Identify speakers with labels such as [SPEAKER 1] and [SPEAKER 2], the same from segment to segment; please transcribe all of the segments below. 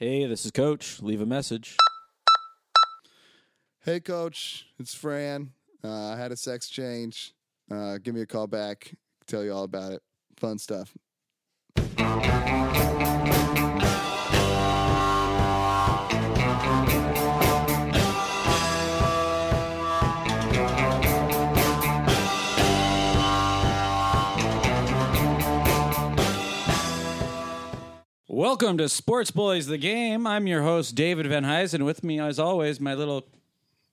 [SPEAKER 1] Hey, this is Coach. Leave a message.
[SPEAKER 2] Hey, coach, it's Fran. Uh, I had a sex change. Uh, give me a call back. Tell you all about it. Fun stuff.
[SPEAKER 1] Welcome to Sports Bullies the Game. I'm your host, David Van Huysen. With me, as always, my little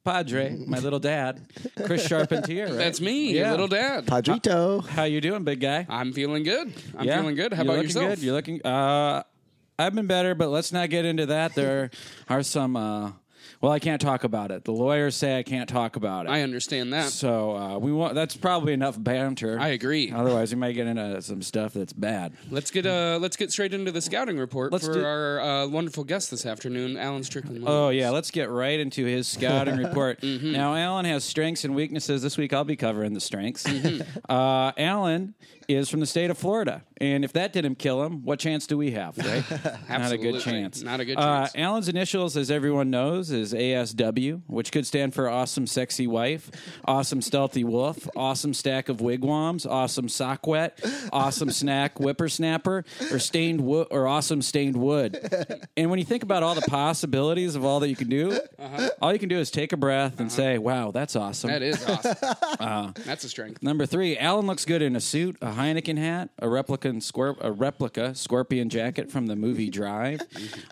[SPEAKER 1] padre, my little dad, Chris Charpentier. Right?
[SPEAKER 3] That's me, your
[SPEAKER 1] Yeah.
[SPEAKER 3] little dad.
[SPEAKER 4] Padrito.
[SPEAKER 1] How you doing, big guy?
[SPEAKER 3] I'm feeling good. I'm
[SPEAKER 1] Yeah.
[SPEAKER 3] feeling good. How
[SPEAKER 1] You're
[SPEAKER 3] about
[SPEAKER 1] looking
[SPEAKER 3] yourself?
[SPEAKER 1] Good. You're looking. Uh, I've been better, but let's not get into that. There are some. Uh, well, I can't talk about it. The lawyers say I can't talk about it.
[SPEAKER 3] I understand that.
[SPEAKER 1] so uh, we want. That's probably enough banter.
[SPEAKER 3] I agree.
[SPEAKER 1] Otherwise, we might get into some stuff that's bad.
[SPEAKER 3] Let's get uh, let's get straight into the scouting report
[SPEAKER 1] Let's
[SPEAKER 3] for
[SPEAKER 1] do-
[SPEAKER 3] our uh, wonderful guest this afternoon, Alan Strickland.
[SPEAKER 1] Oh yeah, let's get right into his scouting report.
[SPEAKER 3] Mm-hmm.
[SPEAKER 1] Now, Alan has strengths and weaknesses. This week, I'll be covering the strengths.
[SPEAKER 3] Mm-hmm.
[SPEAKER 1] Uh, Alan is from the state of Florida, and if that didn't kill him, what chance do we have? Right? Not a
[SPEAKER 3] Absolutely.
[SPEAKER 1] good chance.
[SPEAKER 3] Not a good
[SPEAKER 1] Uh,
[SPEAKER 3] chance.
[SPEAKER 1] Alan's initials, as everyone knows, is ASW, which could stand for Awesome Sexy Wife, Awesome Stealthy Wolf, Awesome Stack of Wigwams, Awesome Sock Wet, Awesome Snack Whippersnapper, or Stained Wood, or Awesome Stained Wood. And when you think about all the possibilities of all that you can do, all you can do is take a breath and say, "Wow, that's awesome."
[SPEAKER 3] that is awesome.
[SPEAKER 1] Uh-huh.
[SPEAKER 3] That's a strength.
[SPEAKER 1] Number three, Alan looks good in a suit, a Heineken hat, a replica, scorp- a replica scorpion jacket from the movie Drive.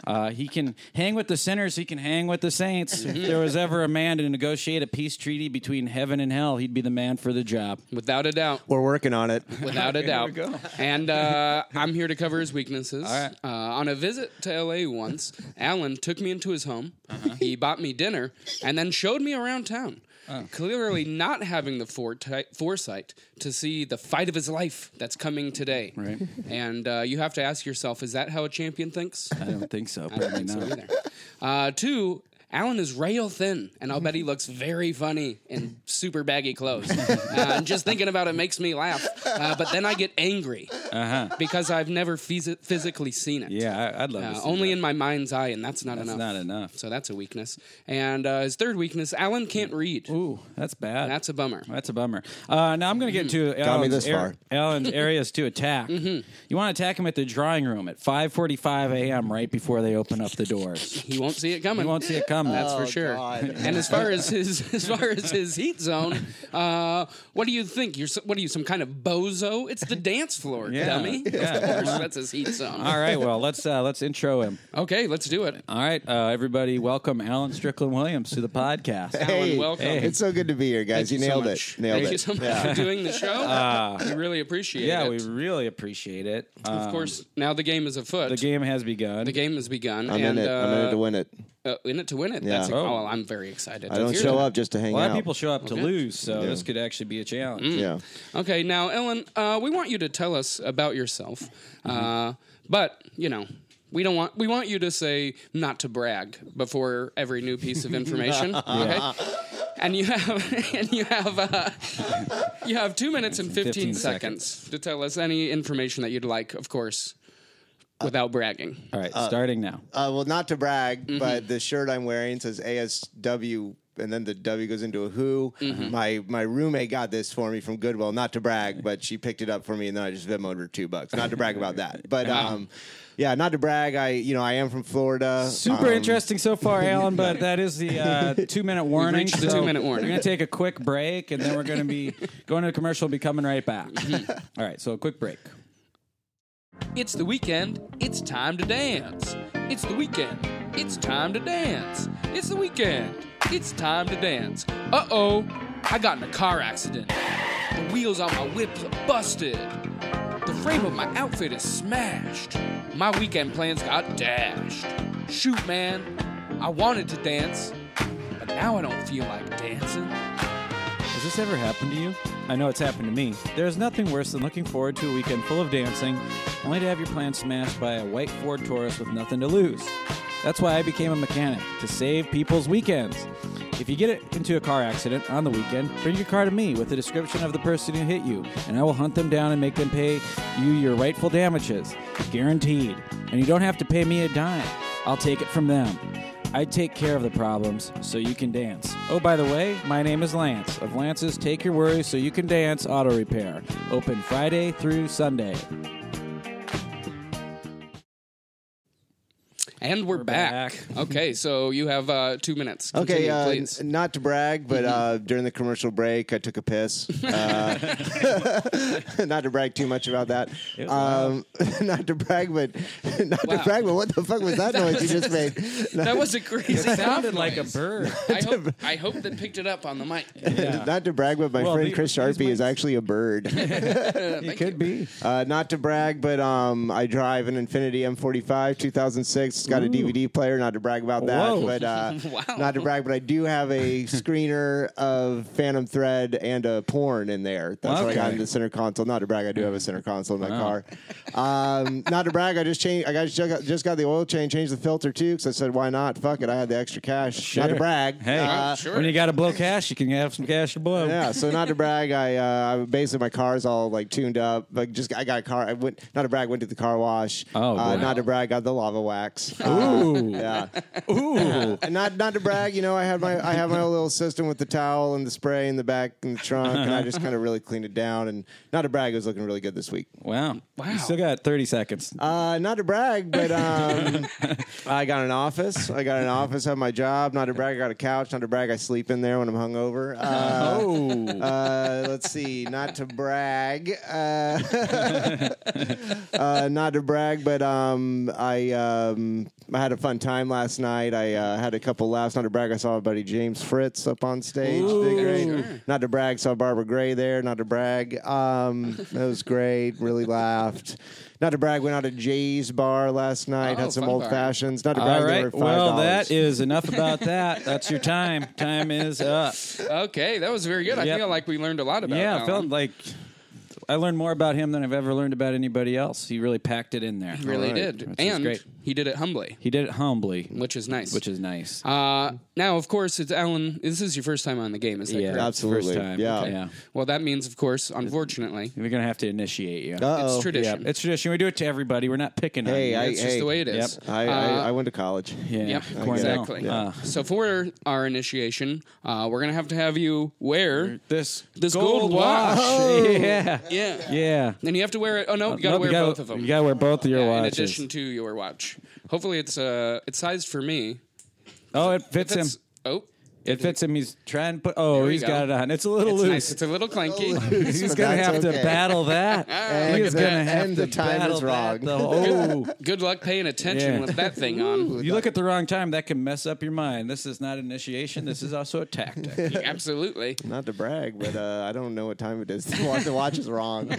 [SPEAKER 1] Uh, he can hang with the sinners. He can hang with the saints. If there was ever a man to negotiate a peace treaty between heaven and hell, he'd be the man for the job.
[SPEAKER 3] Without a doubt.
[SPEAKER 4] We're working on it.
[SPEAKER 3] Without a doubt. And uh, I'm here to cover his weaknesses. Uh, on a visit to LA once, Alan took me into his home. He bought me dinner and then showed me around town. Clearly, not having the forti- foresight to see the fight of his life that's coming today.
[SPEAKER 1] Right.
[SPEAKER 3] And uh, you have to ask yourself is that how a champion thinks?
[SPEAKER 1] I don't think so. Probably
[SPEAKER 3] So
[SPEAKER 1] not.
[SPEAKER 3] either. Uh, two, Alan is rail thin, and I'll bet he looks very funny in super baggy clothes. uh, and just thinking about it makes me laugh. Uh, but then I get angry because I've never phys- physically seen it.
[SPEAKER 1] Uh-huh. Yeah, I, I'd love
[SPEAKER 3] Uh,
[SPEAKER 1] to. See
[SPEAKER 3] only
[SPEAKER 1] that.
[SPEAKER 3] in my mind's eye, and that's not enough.
[SPEAKER 1] not enough.
[SPEAKER 3] So that's a weakness. And uh, his third weakness, Alan can't read.
[SPEAKER 1] Ooh, that's bad.
[SPEAKER 3] That's a bummer.
[SPEAKER 1] That's a bummer. Uh, now I'm going to get into Alan's,
[SPEAKER 4] this far.
[SPEAKER 1] Alan's areas to attack. You want to attack him at the drawing room at 5:45 a.m. right before they open up the doors.
[SPEAKER 3] He won't see it coming.
[SPEAKER 1] You won't see it coming.
[SPEAKER 3] That's for
[SPEAKER 4] Oh,
[SPEAKER 3] sure.
[SPEAKER 4] God.
[SPEAKER 3] And as far as his as far as his heat zone, uh, what do you think? You're so- what are you some kind of bozo? It's the dance floor,
[SPEAKER 1] Yeah.
[SPEAKER 3] dummy.
[SPEAKER 1] Yeah.
[SPEAKER 3] Of course, that's his heat zone.
[SPEAKER 1] All right, well let's uh, let's intro him.
[SPEAKER 3] Okay, let's do it.
[SPEAKER 1] All right, uh, everybody, welcome Alan Strickland Williams to the podcast.
[SPEAKER 3] Alan, welcome.
[SPEAKER 1] Hey.
[SPEAKER 4] It's so good to be here, guys. you
[SPEAKER 3] so
[SPEAKER 4] nailed
[SPEAKER 3] much.
[SPEAKER 4] it. Nailed
[SPEAKER 3] Thank
[SPEAKER 4] it.
[SPEAKER 3] you so much
[SPEAKER 4] Yeah.
[SPEAKER 3] for doing the show. we really appreciate
[SPEAKER 1] Ah. Yeah,
[SPEAKER 3] it.
[SPEAKER 1] we really appreciate it.
[SPEAKER 3] of
[SPEAKER 1] Um,
[SPEAKER 3] course, now the game is afoot.
[SPEAKER 1] the game has begun.
[SPEAKER 3] The game has begun.
[SPEAKER 4] I'm
[SPEAKER 3] and,
[SPEAKER 4] in it.
[SPEAKER 3] Uh,
[SPEAKER 4] I'm in it to win it.
[SPEAKER 3] uh, in it to win it.
[SPEAKER 4] Yeah.
[SPEAKER 3] That's
[SPEAKER 1] Oh.
[SPEAKER 3] oh. well, I'm very excited.
[SPEAKER 4] I don't show up just to hang
[SPEAKER 1] a lot of
[SPEAKER 4] out.
[SPEAKER 1] people show up to
[SPEAKER 3] Okay. Mm.
[SPEAKER 1] lose, so this could actually be a challenge.
[SPEAKER 4] yeah.
[SPEAKER 3] Okay, now Ellen, uh, we want you to tell us about yourself, uh, but you know. We don't want. We want you to say not to brag before every new piece of information. Okay, and you have and you have uh, you have two minutes and
[SPEAKER 1] 15
[SPEAKER 3] fifteen, seconds, to tell us any information that you'd like, of course, without bragging.
[SPEAKER 1] All right, starting now.
[SPEAKER 4] Uh, well, not to brag,
[SPEAKER 3] Mm-hmm.
[SPEAKER 4] but the shirt I'm wearing says ASW, and then the W goes into a who.
[SPEAKER 3] Mm-hmm.
[SPEAKER 4] My my roommate got this for me from Goodwill. Not to brag, but she picked it up for me, and then I just Venmoed her two bucks. Not to brag about that, but um, yeah, not to brag. I you know I am from Florida.
[SPEAKER 1] Super
[SPEAKER 4] Um,
[SPEAKER 1] interesting so far, Alan, but that is the uh, two minute warning.
[SPEAKER 3] reached the
[SPEAKER 1] so
[SPEAKER 3] two-minute warning.
[SPEAKER 1] We're going to take a quick break and then we're going to be going to a commercial, be coming right back.
[SPEAKER 3] Mm-hmm.
[SPEAKER 1] All right, so a quick break.
[SPEAKER 3] It's the weekend. It's time to dance. It's the weekend. It's time to dance. It's the weekend. It's time to dance. Uh oh, I got in a car accident. The wheels on my whips are busted. The frame of my outfit is smashed. My weekend plans got dashed. Shoot, man, I wanted to dance, but now I don't feel like dancing.
[SPEAKER 1] Has this ever happened to you? I know it's happened to me. There's nothing worse than looking forward to a weekend full of dancing, only to have your plans smashed by a white Ford Taurus with nothing to lose. That's why I became a mechanic, to save people's weekends. If you get it into a car accident on the weekend, bring your car to me with a description of the person who hit you, and I will hunt them down and make them pay you your rightful damages. Guaranteed. And you don't have to pay me a dime. I'll take it from them. I take care of the problems so you can dance. Oh, by the way, my name is Lance of Lance's Take Your Worries So You Can Dance Auto Repair. Open Friday through Sunday.
[SPEAKER 3] And we're, back.
[SPEAKER 1] back.
[SPEAKER 3] okay, so you have uh, two minutes.
[SPEAKER 4] Okay,
[SPEAKER 3] Continue,
[SPEAKER 4] uh, n-
[SPEAKER 3] please. Mm-hmm.
[SPEAKER 4] not to brag, but uh, during the commercial break, I took a piss. Uh, not to brag too much about that.
[SPEAKER 1] It was
[SPEAKER 4] Um, not to brag, but not
[SPEAKER 3] Wow.
[SPEAKER 4] to brag, but what the fuck was that, noise you just made?
[SPEAKER 3] that was a crazy.
[SPEAKER 1] It sounded
[SPEAKER 3] sound
[SPEAKER 1] like a
[SPEAKER 3] noise.
[SPEAKER 1] bird.
[SPEAKER 3] I hope, I hope that picked it up on the mic.
[SPEAKER 1] Yeah.
[SPEAKER 4] Not to brag, but my
[SPEAKER 1] Well,
[SPEAKER 4] friend
[SPEAKER 1] the-
[SPEAKER 4] Chris
[SPEAKER 1] these
[SPEAKER 4] Sharpie
[SPEAKER 1] mics-
[SPEAKER 4] is actually a bird.
[SPEAKER 1] It could be.
[SPEAKER 4] uh, not to brag, but um, I drive an Infiniti M45 2006. It's got a DVD player. Not to brag about that,
[SPEAKER 1] Whoa.
[SPEAKER 4] but uh,
[SPEAKER 3] Wow.
[SPEAKER 4] not to brag, but I do have a screener of Phantom Thread and a porn in there. That's what I got
[SPEAKER 1] Okay.
[SPEAKER 4] in the center console. Not to brag, I do have a center console in my car. Um, not to brag, I just changed. I got just got, just got the oil change, changed the filter too, because I said why not? Fuck it, I had the extra cash. Not to
[SPEAKER 1] Sure.
[SPEAKER 4] brag.
[SPEAKER 1] Hey,
[SPEAKER 4] Uh,
[SPEAKER 3] sure.
[SPEAKER 1] when you got to blow cash, you can have some cash to blow.
[SPEAKER 4] yeah, so not to brag, I uh, I- basically my car's all like tuned up. Like just I got a car. I went not to brag, went to the car wash.
[SPEAKER 1] Oh,
[SPEAKER 4] uh,
[SPEAKER 1] boy.
[SPEAKER 4] not to brag, got the lava wax. Uh,
[SPEAKER 1] Ooh.
[SPEAKER 4] yeah,
[SPEAKER 1] Ooh.
[SPEAKER 4] and not not to brag, you know, I had my I have my own little system with the towel and the spray in the back and the trunk, and I just kind of really cleaned it down. And not to brag, it was looking really good this week.
[SPEAKER 1] Wow.
[SPEAKER 3] Wow.
[SPEAKER 1] You still got 30 seconds.
[SPEAKER 4] Uh, not to brag, but um, I got an office. I got an office. Have my job. Not to brag, I got a couch. Not to brag, I sleep in there when I'm hungover. Uh,
[SPEAKER 1] oh.
[SPEAKER 4] uh, let's see, not to brag, uh, uh, not to brag, but um, I um, I had a fun time last night. I uh, had a couple laughs. Not to brag, I saw my buddy James Fritz up on stage. Did great. Not to brag, saw Barbara Gray there. Not to brag, um, that was great. Really laughed. Not to brag, went out to Jay's bar last night.
[SPEAKER 3] Oh,
[SPEAKER 4] had some
[SPEAKER 3] fun
[SPEAKER 4] old
[SPEAKER 3] bar.
[SPEAKER 4] fashions. Not to brag,
[SPEAKER 1] All
[SPEAKER 4] they
[SPEAKER 1] right.
[SPEAKER 4] were five
[SPEAKER 1] Well, that is enough about that. That's your time. Time is up.
[SPEAKER 3] Okay, that was very good. I
[SPEAKER 1] Yep.
[SPEAKER 3] feel like we learned a lot about.
[SPEAKER 1] yeah,
[SPEAKER 3] that
[SPEAKER 1] it felt
[SPEAKER 3] one.
[SPEAKER 1] like I learned more about him than I've ever learned about anybody else. He really packed it in there.
[SPEAKER 3] really
[SPEAKER 4] All right.
[SPEAKER 3] did,
[SPEAKER 1] Which is
[SPEAKER 3] and
[SPEAKER 1] great.
[SPEAKER 3] he did it humbly,
[SPEAKER 1] He did it humbly,
[SPEAKER 3] which is nice.
[SPEAKER 1] which is nice.
[SPEAKER 3] uh, now, of course, it's Alan. This is your first time on the game, is that
[SPEAKER 1] yeah,
[SPEAKER 3] correct?
[SPEAKER 1] it's the first
[SPEAKER 4] absolutely.
[SPEAKER 1] time.
[SPEAKER 4] Yeah.
[SPEAKER 1] Okay. yeah.
[SPEAKER 3] Well, that means, of course, unfortunately,
[SPEAKER 1] We're gonna have to initiate you.
[SPEAKER 4] Uh-oh.
[SPEAKER 3] it's tradition.
[SPEAKER 1] It's tradition. We do it to everybody. We're not picking
[SPEAKER 4] Uh, Hey,
[SPEAKER 1] on
[SPEAKER 4] I-
[SPEAKER 1] you.
[SPEAKER 3] It's just
[SPEAKER 4] hey.
[SPEAKER 3] the way it is. Uh,
[SPEAKER 4] I, I, I went to college.
[SPEAKER 1] yeah,
[SPEAKER 3] Yep,
[SPEAKER 1] Cornell.
[SPEAKER 3] exactly.
[SPEAKER 1] Uh,
[SPEAKER 3] So for our initiation, uh, we're gonna have to have you wear
[SPEAKER 1] this
[SPEAKER 3] This gold watch.
[SPEAKER 1] Yeah,
[SPEAKER 4] Oh.
[SPEAKER 3] yeah,
[SPEAKER 1] yeah.
[SPEAKER 3] and you have to wear it. Oh no, you gotta
[SPEAKER 1] Nope,
[SPEAKER 3] wear
[SPEAKER 1] gotta-
[SPEAKER 3] both of them.
[SPEAKER 1] You gotta wear both of your
[SPEAKER 3] Yeah, in
[SPEAKER 1] watches.
[SPEAKER 3] addition to your watch. Hopefully, it's uh, it's sized for me.
[SPEAKER 1] oh, it fits him.
[SPEAKER 3] That's- Oh,
[SPEAKER 1] It fits him. He's trying to put. Oh,
[SPEAKER 3] we
[SPEAKER 1] he's
[SPEAKER 3] go.
[SPEAKER 1] got it on. It's a little
[SPEAKER 3] it's
[SPEAKER 1] loose.
[SPEAKER 3] nice. It's a little clanky.
[SPEAKER 1] He's
[SPEAKER 4] But
[SPEAKER 1] gonna
[SPEAKER 4] that's
[SPEAKER 1] have to
[SPEAKER 4] okay.
[SPEAKER 1] battle that.
[SPEAKER 4] Look
[SPEAKER 1] he
[SPEAKER 4] at
[SPEAKER 1] is
[SPEAKER 4] that.
[SPEAKER 1] gonna have
[SPEAKER 4] And
[SPEAKER 1] to
[SPEAKER 4] the time is
[SPEAKER 1] battle
[SPEAKER 4] wrong.
[SPEAKER 1] That, though. Oh.
[SPEAKER 3] Good luck paying attention
[SPEAKER 1] Yeah.
[SPEAKER 3] with that thing on.
[SPEAKER 1] You look at the wrong time, that can mess up your mind. This is not initiation. This is also a tactic.
[SPEAKER 3] Absolutely.
[SPEAKER 4] Not to brag, but uh, I don't know what time it is. The watch, the watch is wrong.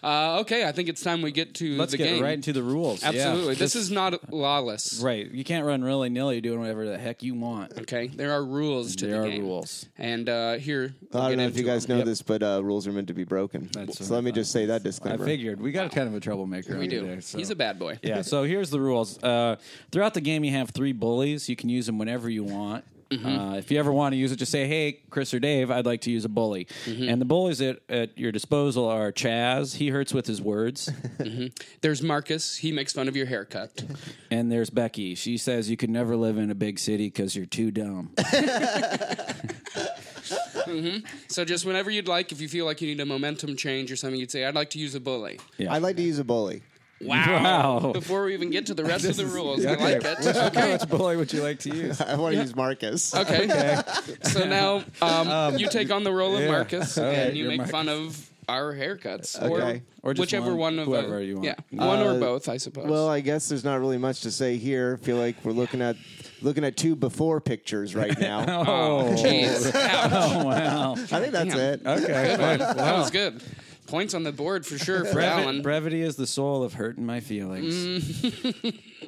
[SPEAKER 3] Uh, okay, I think it's time we get to
[SPEAKER 1] Let's
[SPEAKER 3] the
[SPEAKER 1] get
[SPEAKER 3] game.
[SPEAKER 1] right into the rules. Yeah.
[SPEAKER 3] Absolutely. This is not lawless.
[SPEAKER 1] right. You can't run really nilly doing whatever the heck you want.
[SPEAKER 3] Okay, there are rules to
[SPEAKER 1] There
[SPEAKER 3] the
[SPEAKER 1] are
[SPEAKER 3] game.
[SPEAKER 1] rules.
[SPEAKER 3] And uh, here, we'll
[SPEAKER 4] I
[SPEAKER 3] get
[SPEAKER 4] don't know if
[SPEAKER 3] into
[SPEAKER 4] you guys
[SPEAKER 3] them.
[SPEAKER 4] know this, but uh, rules are meant to be broken.
[SPEAKER 1] That's
[SPEAKER 4] so let me just say that
[SPEAKER 1] I
[SPEAKER 4] disclaimer.
[SPEAKER 1] figured we got kind of a troublemaker.
[SPEAKER 3] We
[SPEAKER 1] over
[SPEAKER 3] do.
[SPEAKER 1] There, so.
[SPEAKER 3] He's a bad boy.
[SPEAKER 1] Yeah. So here's the rules. Uh, throughout the game, you have three bullies. You can use them whenever you want.
[SPEAKER 3] Mm-hmm.
[SPEAKER 1] Uh, if you ever want to use it, just say, "Hey, Chris or Dave, I'd like to use a bully."
[SPEAKER 3] Mm-hmm.
[SPEAKER 1] And the bullies at, at your disposal are Chaz. He hurts with his words.
[SPEAKER 3] There's Marcus. He makes fun of your haircut.
[SPEAKER 1] and there's Becky. She says you can never live in a big city because you're too dumb.
[SPEAKER 3] so just whenever you'd like, if you feel like you need a momentum change or something, you'd say, "I'd like to use a bully."
[SPEAKER 4] I'd like to use a bully.
[SPEAKER 3] Wow.
[SPEAKER 1] Wow.
[SPEAKER 3] Before we even get to the rest of the rules, I
[SPEAKER 1] Okay.
[SPEAKER 3] like it.
[SPEAKER 1] How much bully would you like to use?
[SPEAKER 4] I want to use Marcus.
[SPEAKER 3] Okay. So now um, you take on the role of
[SPEAKER 1] yeah.
[SPEAKER 3] Marcus,
[SPEAKER 1] Okay,
[SPEAKER 3] and you
[SPEAKER 1] you're
[SPEAKER 3] make fun of our haircuts,
[SPEAKER 4] Okay.
[SPEAKER 3] or,
[SPEAKER 1] Or just
[SPEAKER 3] whichever
[SPEAKER 1] one,
[SPEAKER 3] one of
[SPEAKER 1] whoever
[SPEAKER 3] the,
[SPEAKER 1] you want.
[SPEAKER 3] Yeah, one or
[SPEAKER 4] Uh,
[SPEAKER 3] both, I suppose.
[SPEAKER 4] Well, I guess there's not really much to say here. I feel like we're looking at looking at two before pictures right now.
[SPEAKER 1] Oh,
[SPEAKER 3] jeez, Ouch.
[SPEAKER 1] Oh, wow.
[SPEAKER 4] I think that's
[SPEAKER 3] Damn.
[SPEAKER 4] it.
[SPEAKER 1] Okay.
[SPEAKER 3] that was good. Points on the board for sure for
[SPEAKER 1] Brevi-
[SPEAKER 3] Alan.
[SPEAKER 1] brevity is the soul of hurting my feelings.
[SPEAKER 3] Mm-hmm.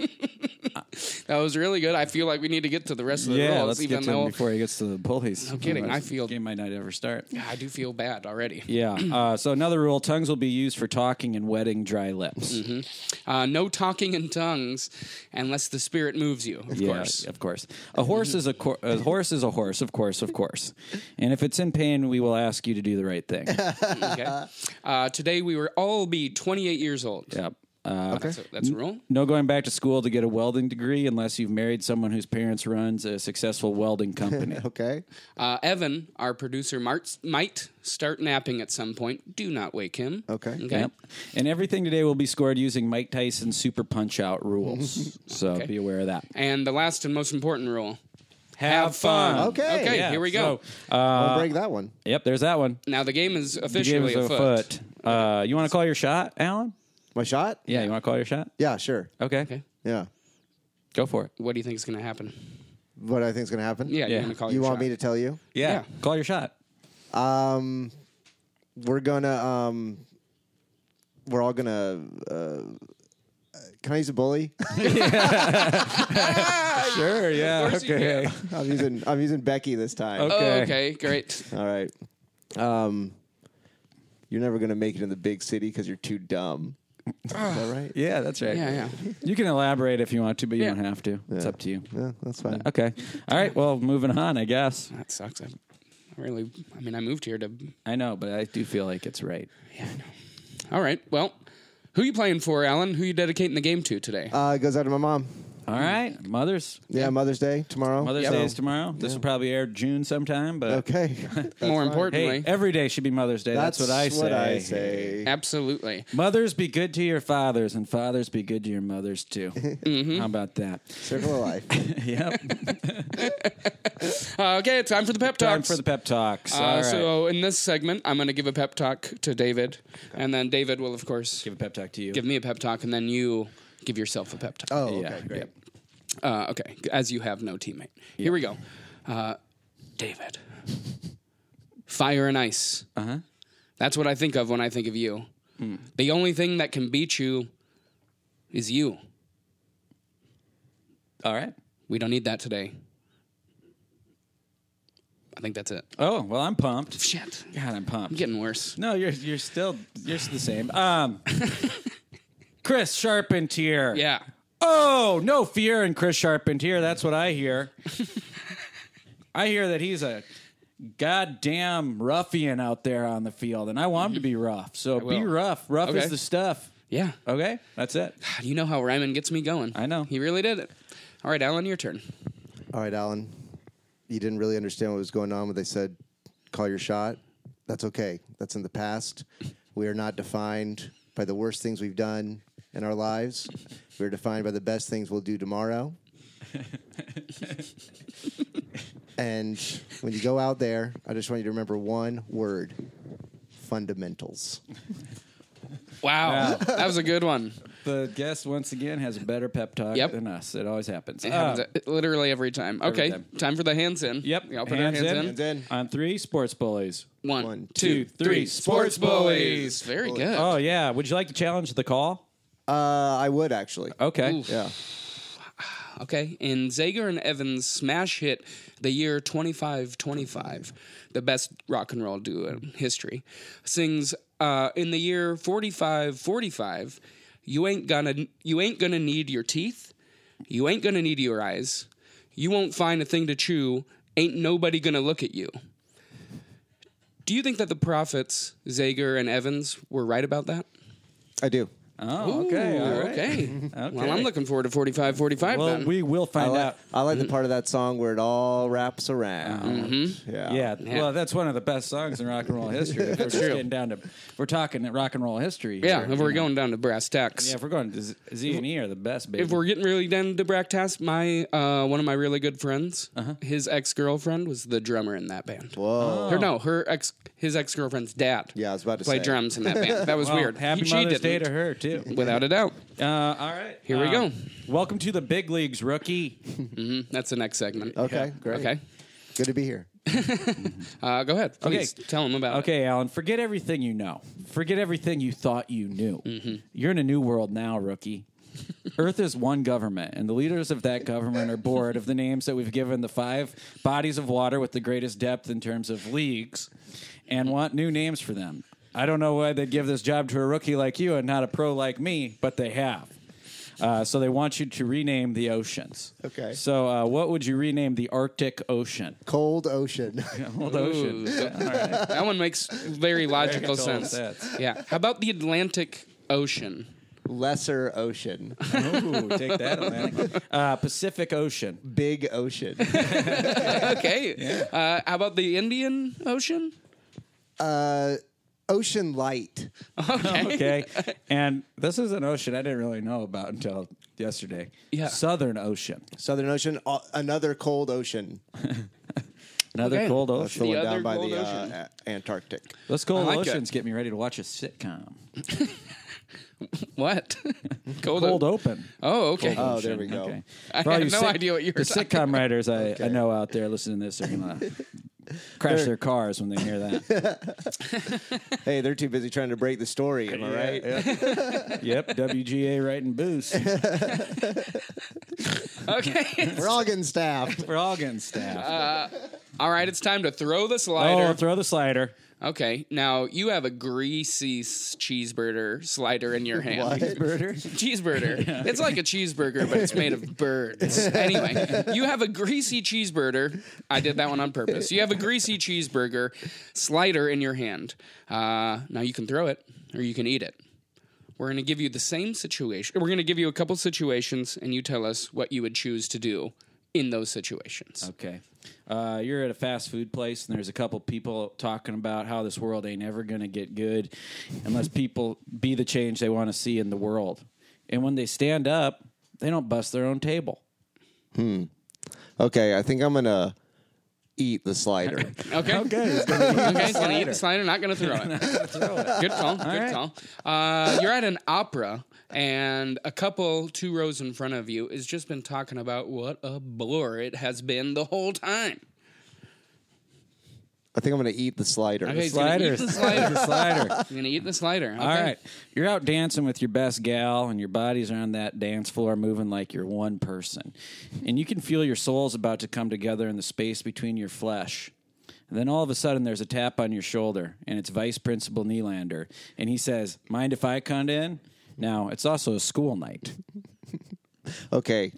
[SPEAKER 3] That was really good. I feel like we need to get to the rest of the
[SPEAKER 1] yeah,
[SPEAKER 3] rules,
[SPEAKER 1] let's
[SPEAKER 3] even
[SPEAKER 1] get to
[SPEAKER 3] though
[SPEAKER 1] him before he gets to the bullies. No
[SPEAKER 3] kidding, I feel-
[SPEAKER 1] game might not ever start.
[SPEAKER 3] I do feel bad already.
[SPEAKER 1] Yeah. Uh, so another rule: tongues will be used for talking and wetting dry lips.
[SPEAKER 3] Uh, no talking in tongues unless the spirit moves you, of
[SPEAKER 1] Yeah,
[SPEAKER 3] course.
[SPEAKER 1] of course. A horse is a, cor- a horse is a horse, of course, of course. And if it's in pain, we will ask you to do the right thing.
[SPEAKER 3] Okay. Uh, today we will all be 28 years old.
[SPEAKER 1] Yep. Uh,
[SPEAKER 3] That's a, that's a rule.
[SPEAKER 1] No going back to school to get a welding degree unless you've married someone whose parents runs a successful welding company.
[SPEAKER 4] Okay.
[SPEAKER 3] Uh, Evan, our producer, Mart, might start napping at some point. Do not wake him.
[SPEAKER 4] Okay.
[SPEAKER 3] Okay.
[SPEAKER 1] Yep. And everything today will be scored using Mike Tyson's super punch out rules. so be aware of that.
[SPEAKER 3] And the last and most important rule.
[SPEAKER 1] Have, fun.
[SPEAKER 4] Okay.
[SPEAKER 3] Okay,
[SPEAKER 1] Yeah,
[SPEAKER 3] here we go.
[SPEAKER 1] so, uh,
[SPEAKER 4] I'll break that one.
[SPEAKER 1] yep, there's that one.
[SPEAKER 3] now the game is
[SPEAKER 1] The game
[SPEAKER 3] officially
[SPEAKER 1] is afoot. Uh, you want to call your shot, Alan?
[SPEAKER 4] My shot?
[SPEAKER 1] Yeah, you want to call your shot?
[SPEAKER 4] Yeah, sure.
[SPEAKER 1] Okay.
[SPEAKER 3] Okay.
[SPEAKER 4] Yeah.
[SPEAKER 1] Go for it.
[SPEAKER 3] What do you think is going to happen?
[SPEAKER 4] What I think is going to happen?
[SPEAKER 1] Yeah.
[SPEAKER 3] Yeah, you're going to call
[SPEAKER 4] You
[SPEAKER 3] your
[SPEAKER 4] want
[SPEAKER 3] shot.
[SPEAKER 4] me to tell you?
[SPEAKER 1] Yeah.
[SPEAKER 3] Yeah.
[SPEAKER 1] Call your shot.
[SPEAKER 4] Um, we're gonna um, we're all gonna. Uh, can I use a bully?
[SPEAKER 1] Sure, yeah.
[SPEAKER 3] course you okay.
[SPEAKER 4] I'm using I'm using Becky this time.
[SPEAKER 1] Okay.
[SPEAKER 3] Oh, okay, great.
[SPEAKER 4] All right. Um, you're never gonna make it in the big city because you're too dumb. Is
[SPEAKER 1] Ah.
[SPEAKER 4] that right?
[SPEAKER 1] Yeah, that's right.
[SPEAKER 3] Yeah, yeah.
[SPEAKER 1] You can elaborate if you want to, but you
[SPEAKER 3] Yeah.
[SPEAKER 1] don't have to. It's up to you.
[SPEAKER 4] Yeah, that's fine.
[SPEAKER 1] Okay. All right. Well, moving on, I guess.
[SPEAKER 3] That sucks. I I really, I mean, I moved here to.
[SPEAKER 1] I know, but I do feel like it's right.
[SPEAKER 3] All right, well, who you playing for, Alan? Who you dedicating the game to today?
[SPEAKER 4] Uh, it goes out to my mom.
[SPEAKER 1] All right. Mothers.
[SPEAKER 4] Yeah, Mother's Day tomorrow.
[SPEAKER 1] Mother's
[SPEAKER 4] So-
[SPEAKER 1] Day is tomorrow. This will probably air June sometime, but
[SPEAKER 4] Okay.
[SPEAKER 3] More importantly,
[SPEAKER 1] hey, every day should be Mother's Day. That's, what I say.
[SPEAKER 4] What I say.
[SPEAKER 3] absolutely.
[SPEAKER 1] Mothers be good to your fathers, and fathers be good to your mothers too.
[SPEAKER 4] Mm-hmm.
[SPEAKER 1] How about that?
[SPEAKER 4] Circle of life.
[SPEAKER 1] yep.
[SPEAKER 3] Uh, okay, time for the pep
[SPEAKER 1] Time
[SPEAKER 3] talks.
[SPEAKER 1] for the pep talks.
[SPEAKER 3] uh,
[SPEAKER 1] All right.
[SPEAKER 3] So in this segment, I'm going to give a pep talk to David, and then David will, of course,
[SPEAKER 1] give a pep talk to you.
[SPEAKER 3] give me a pep talk, and then you give yourself a pep talk.
[SPEAKER 4] Oh, okay,
[SPEAKER 1] yeah.
[SPEAKER 4] great.
[SPEAKER 1] yep. Oh.
[SPEAKER 3] Uh, okay, as you have no teammate. Here we go. Uh, David. Fire and ice. Uh
[SPEAKER 1] Uh-huh.
[SPEAKER 3] huh. That's what I think of when I think of you.
[SPEAKER 1] Hmm.
[SPEAKER 3] The only thing that can beat you is you.
[SPEAKER 1] All right.
[SPEAKER 3] We don't need that today. I think that's it.
[SPEAKER 1] Oh well, I'm pumped.
[SPEAKER 3] Shit.
[SPEAKER 1] God, I'm pumped.
[SPEAKER 3] Getting worse.
[SPEAKER 1] No, you're you're still you're the same. Um, Chris Charpentier.
[SPEAKER 3] Yeah.
[SPEAKER 1] Oh, no fear in Chris Charpentier. That's what I hear. I hear that he's a goddamn ruffian out there on the field, and I want him to be rough. So be
[SPEAKER 3] will.
[SPEAKER 1] rough. Rough
[SPEAKER 3] Okay.
[SPEAKER 1] is the stuff.
[SPEAKER 3] Yeah.
[SPEAKER 1] Okay, that's it.
[SPEAKER 3] God, you know how Ryman gets me going.
[SPEAKER 1] I know.
[SPEAKER 3] He really did it. All right, Alan, your turn.
[SPEAKER 4] All right, Alan. You didn't really understand what was going on when they said call your shot. That's okay. That's in the past. We are not defined by the worst things we've done in our lives. We're defined by the best things we'll do tomorrow. and when you go out there, I just want you to remember one word fundamentals.
[SPEAKER 3] Wow. That was a good one.
[SPEAKER 1] The guest once again has a better pep talk
[SPEAKER 3] Yep.
[SPEAKER 1] than us. It always happens.
[SPEAKER 3] It
[SPEAKER 1] Uh,
[SPEAKER 3] happens uh, literally every time. Okay,
[SPEAKER 1] time.
[SPEAKER 3] time. for the hands in.
[SPEAKER 1] Yep.
[SPEAKER 3] We all put our hands in.
[SPEAKER 4] Hands in.
[SPEAKER 1] On three sports bullies.
[SPEAKER 3] One,
[SPEAKER 4] One,
[SPEAKER 3] two,
[SPEAKER 1] two,
[SPEAKER 3] three.
[SPEAKER 1] three. Sports bullies.
[SPEAKER 3] Very good.
[SPEAKER 1] Oh yeah. Would you like to challenge the call?
[SPEAKER 4] Uh, I would actually.
[SPEAKER 1] Okay.
[SPEAKER 3] Oof.
[SPEAKER 4] Yeah.
[SPEAKER 3] Okay. In Zager and Evans' smash hit, the year 2525, the best rock and roll duo in history, sings uh, in the year 4545, you ain't gonna you ain't gonna need your teeth, you ain't gonna need your eyes, you won't find a thing to chew, ain't nobody gonna look at you. Do you think that the prophets Zager and Evans were right about that?
[SPEAKER 4] I do.
[SPEAKER 1] Oh, okay.
[SPEAKER 3] Ooh,
[SPEAKER 1] All right.
[SPEAKER 3] okay. Well,
[SPEAKER 1] Okay.
[SPEAKER 3] I'm looking forward to 45 45
[SPEAKER 1] Well,
[SPEAKER 3] then.
[SPEAKER 1] we will
[SPEAKER 4] I,
[SPEAKER 1] find
[SPEAKER 4] li-
[SPEAKER 1] out.
[SPEAKER 4] I like the part of that song where it all wraps around. Yeah.
[SPEAKER 1] Yeah, well, that's one of the best songs in rock and roll history. If we're just
[SPEAKER 3] true.
[SPEAKER 1] getting down to, if we're talking rock and roll history.
[SPEAKER 3] yeah,
[SPEAKER 1] here,
[SPEAKER 3] if we're going down to brass tacks.
[SPEAKER 1] yeah. If we're going to Z- Z and E are the best, baby.
[SPEAKER 3] If we're getting really down to brass tacks, my uh, one of my really good friends,
[SPEAKER 1] Uh-huh.
[SPEAKER 3] his ex girlfriend was the drummer in that band.
[SPEAKER 4] Whoa.
[SPEAKER 3] Her, no, her ex, his ex girlfriend's dad.
[SPEAKER 4] Yeah, I was about to
[SPEAKER 3] played
[SPEAKER 4] say.
[SPEAKER 3] drums in that band. That was
[SPEAKER 1] Well,
[SPEAKER 3] weird.
[SPEAKER 1] Oh, Happy
[SPEAKER 3] He- she
[SPEAKER 1] Mother's Day
[SPEAKER 3] didn't,
[SPEAKER 1] to her too.
[SPEAKER 3] without a doubt.
[SPEAKER 1] Uh, all right,
[SPEAKER 3] Here we
[SPEAKER 1] Um,
[SPEAKER 3] go.
[SPEAKER 1] Welcome to the big leagues, rookie.
[SPEAKER 3] That's the next segment.
[SPEAKER 4] Okay, Oh, great.
[SPEAKER 3] Okay,
[SPEAKER 4] Good to be here.
[SPEAKER 3] uh, go ahead. Please
[SPEAKER 1] Okay.
[SPEAKER 3] tell him about. it.
[SPEAKER 1] Okay, Alan, forget everything you know. Forget everything you thought you knew. You're in a new world now, rookie. Earth is one government, and the leaders of that government are bored of the names that we've given the five bodies of water with the greatest depth in terms of leagues and want new names for them. I don't know why they'd give this job to a rookie like you and not a pro like me, but they have. Uh, so they want you to rename the oceans.
[SPEAKER 4] Okay.
[SPEAKER 1] So uh, what would you rename the Arctic Ocean?
[SPEAKER 4] Cold ocean.
[SPEAKER 1] Old Ocean. Yeah, all right.
[SPEAKER 3] That one makes very logical
[SPEAKER 1] total
[SPEAKER 3] sense.
[SPEAKER 1] sense.
[SPEAKER 3] Yeah. How about the Atlantic Ocean?
[SPEAKER 4] Lesser Ocean,
[SPEAKER 1] Ooh, take that, Atlantic. Uh, Pacific Ocean.
[SPEAKER 4] Big Ocean.
[SPEAKER 3] okay. Uh, how about the Indian Ocean?
[SPEAKER 4] Uh, ocean Light.
[SPEAKER 1] Okay. And this is an ocean I didn't really know about until yesterday.
[SPEAKER 3] Yeah.
[SPEAKER 1] Southern Ocean.
[SPEAKER 4] Southern Ocean, uh, another cold ocean.
[SPEAKER 1] Another
[SPEAKER 3] Okay.
[SPEAKER 1] cold
[SPEAKER 4] That's
[SPEAKER 1] ocean.
[SPEAKER 4] the,
[SPEAKER 3] The
[SPEAKER 4] one
[SPEAKER 3] other
[SPEAKER 4] down by
[SPEAKER 3] cold
[SPEAKER 4] the
[SPEAKER 3] ocean.
[SPEAKER 4] Uh, A- Antarctic.
[SPEAKER 1] Those cold
[SPEAKER 3] I like
[SPEAKER 1] oceans
[SPEAKER 3] it.
[SPEAKER 1] get me ready to watch a sitcom.
[SPEAKER 3] What? Cold,
[SPEAKER 1] Cold
[SPEAKER 3] o-
[SPEAKER 1] open.
[SPEAKER 3] Oh, okay.
[SPEAKER 4] Oh, there we go.
[SPEAKER 3] I
[SPEAKER 1] For all
[SPEAKER 3] had
[SPEAKER 1] you
[SPEAKER 3] no idea what you were
[SPEAKER 1] The
[SPEAKER 3] talking
[SPEAKER 1] sitcom writers I, I know out there listening to this are going to crash their cars when they hear that.
[SPEAKER 4] Hey, they're too busy trying to break the story. Am I right?
[SPEAKER 1] yep, WGA writing boost.
[SPEAKER 3] Okay.
[SPEAKER 4] We're all getting staffed.
[SPEAKER 1] We're all getting stabbed.
[SPEAKER 3] Uh, All right, it's time to throw the
[SPEAKER 1] oh,
[SPEAKER 3] slider.
[SPEAKER 1] throw the slider.
[SPEAKER 3] okay. Now you have a greasy s- cheeseburger slider in your hand. cheeseburger. It's like a cheeseburger, but it's made of birds. Anyway, you have a greasy cheeseburger. I did that one on purpose. You have a greasy cheeseburger slider in your hand. Uh, now you can throw it or you can eat it. We're going to give you the same situation. We're going to give you a couple situations, and you tell us what you would choose to do in those situations.
[SPEAKER 1] Okay. Uh, you're at a fast food place, and there's a couple people talking about how this world ain't ever going to get good unless people be the change they want to see in the world. And when they stand up, they don't bust their own table.
[SPEAKER 4] Okay, I think I'm gonna eat the slider.
[SPEAKER 3] Okay.
[SPEAKER 1] Okay.
[SPEAKER 3] Okay, gonna eat the slider, not gonna throw it. Good call. Good
[SPEAKER 1] right.
[SPEAKER 3] call. Uh, you're at an opera, and a couple two rows in front of you has just been talking about what a blur it has been the whole time.
[SPEAKER 4] I think I'm gonna eat the slider.
[SPEAKER 3] Okay, he's gonna eat
[SPEAKER 1] Sliders.
[SPEAKER 3] the slider.
[SPEAKER 1] the slider.
[SPEAKER 3] You're gonna eat the slider.
[SPEAKER 1] All right. You're out dancing with your best gal, and your bodies are on that dance floor moving like you're one person. And you can feel your soul's about to come together in the space between your flesh. And then all of a sudden, there's a tap on your shoulder, and it's Vice Principal Nylander. And he says, Mind if I come in? Now, it's also a school night.
[SPEAKER 4] Okay.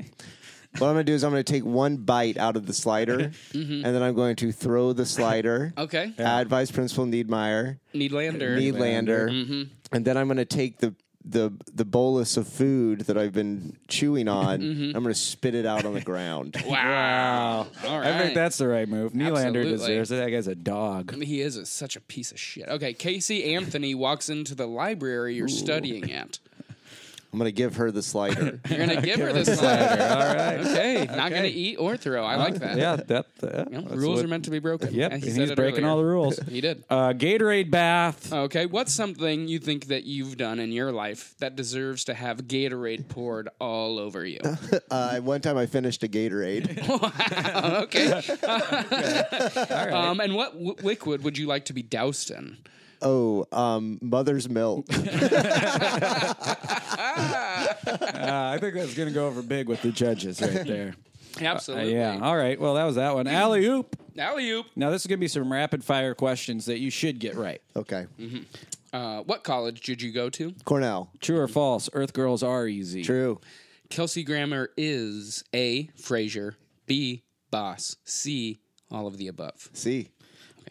[SPEAKER 4] What I'm gonna do is I'm gonna take one bite out of the slider, and then I'm going to throw the slider.
[SPEAKER 3] Mm-hmm. Okay.
[SPEAKER 4] At Vice Principal Needmeyer,
[SPEAKER 3] Needlander. Mm-hmm.
[SPEAKER 4] Needlander, and then I'm gonna take the the the bolus of food that I've been chewing on.
[SPEAKER 3] Mm-hmm.
[SPEAKER 4] I'm gonna spit it out on the ground.
[SPEAKER 3] Wow. All right.
[SPEAKER 1] I think that's the right move. Nylander
[SPEAKER 3] Absolutely.
[SPEAKER 1] deserves it. That guy's a dog.
[SPEAKER 3] He is a, such a piece of shit. Okay, Casey Anthony walks into the library you're studying at.
[SPEAKER 4] I'm gonna give her the slider.
[SPEAKER 3] You're gonna give her the slider.
[SPEAKER 1] All right.
[SPEAKER 3] Okay, not gonna eat or throw. I like that.
[SPEAKER 1] Yeah, that, that-
[SPEAKER 3] You know,
[SPEAKER 1] that's
[SPEAKER 3] rules
[SPEAKER 1] what-
[SPEAKER 3] are meant to be broken.
[SPEAKER 1] Yep,
[SPEAKER 3] Yeah,
[SPEAKER 1] and
[SPEAKER 3] he said
[SPEAKER 1] he's
[SPEAKER 3] it
[SPEAKER 1] breaking
[SPEAKER 3] earlier.
[SPEAKER 1] all the rules.
[SPEAKER 3] He did.
[SPEAKER 1] Uh, Gatorade bath.
[SPEAKER 3] Okay, what's something you think that you've done in your life that deserves to have Gatorade poured all over you?
[SPEAKER 4] uh, one time I finished a Gatorade.
[SPEAKER 3] okay. um, and what w- liquid would you like to be doused in?
[SPEAKER 4] oh, um, mother's milk.
[SPEAKER 1] Uh, I think that's going to go over big with the judges right there. Uh,
[SPEAKER 3] Absolutely.
[SPEAKER 1] yeah. All right. Well, that was that one. Alley oop.
[SPEAKER 3] Alley oop.
[SPEAKER 1] Now, this is going to be some rapid fire questions that you should get right.
[SPEAKER 4] Okay,
[SPEAKER 3] Uh, what college did you go to?
[SPEAKER 4] Cornell.
[SPEAKER 1] True or false? Earth girls are easy.
[SPEAKER 4] True.
[SPEAKER 3] Kelsey Grammer is A. Frazier, B. Boss, C. All of the above.
[SPEAKER 4] See,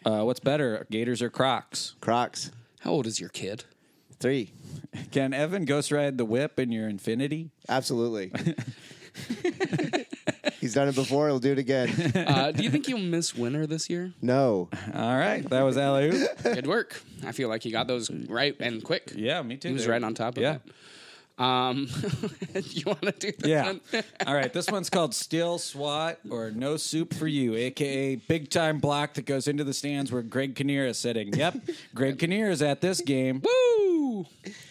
[SPEAKER 1] Uh, what's better, Gators or Crocs?
[SPEAKER 4] Crocs.
[SPEAKER 3] How old is your kid?
[SPEAKER 4] Three.
[SPEAKER 1] Can Evan ghost ride the whip in your Infinity?
[SPEAKER 4] Absolutely. He's done it before. He'll do it again.
[SPEAKER 3] Uh, do you think you'll miss winter this year?
[SPEAKER 4] No.
[SPEAKER 1] All right. That was alley oop.
[SPEAKER 3] Good work. I feel like he got those right and quick.
[SPEAKER 1] yeah, me too.
[SPEAKER 3] He was right on top of
[SPEAKER 1] Yeah.
[SPEAKER 3] it. Um, you want to do this
[SPEAKER 1] Yeah.
[SPEAKER 3] one?
[SPEAKER 1] All right. This one's called Still SWAT or No Soup for You, aka Big Time Block that goes into the stands where Greg Kinnear is sitting. Yep. Greg Kinnear is at this game.
[SPEAKER 3] Woo!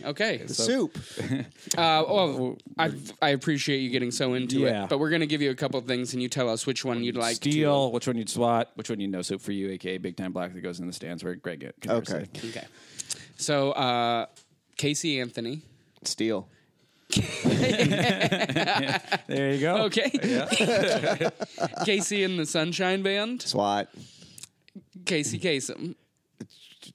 [SPEAKER 3] Okay.
[SPEAKER 4] Soup.
[SPEAKER 3] Uh, well, I, I appreciate you getting so into
[SPEAKER 1] Yeah.
[SPEAKER 3] it, but we're going to give you a couple things and you tell us which one you'd like
[SPEAKER 1] Steal, which one you'd SWAT, which one you'd No Soup for You, aka Big Time Block that goes in the stands where Greg Kinnear is
[SPEAKER 4] Okay.
[SPEAKER 1] sitting.
[SPEAKER 3] to. Okay. So, uh, Casey Anthony.
[SPEAKER 4] Steal.
[SPEAKER 1] There you go.
[SPEAKER 3] Okay. Casey and the Sunshine Band.
[SPEAKER 4] SWAT.
[SPEAKER 3] Casey Kasem.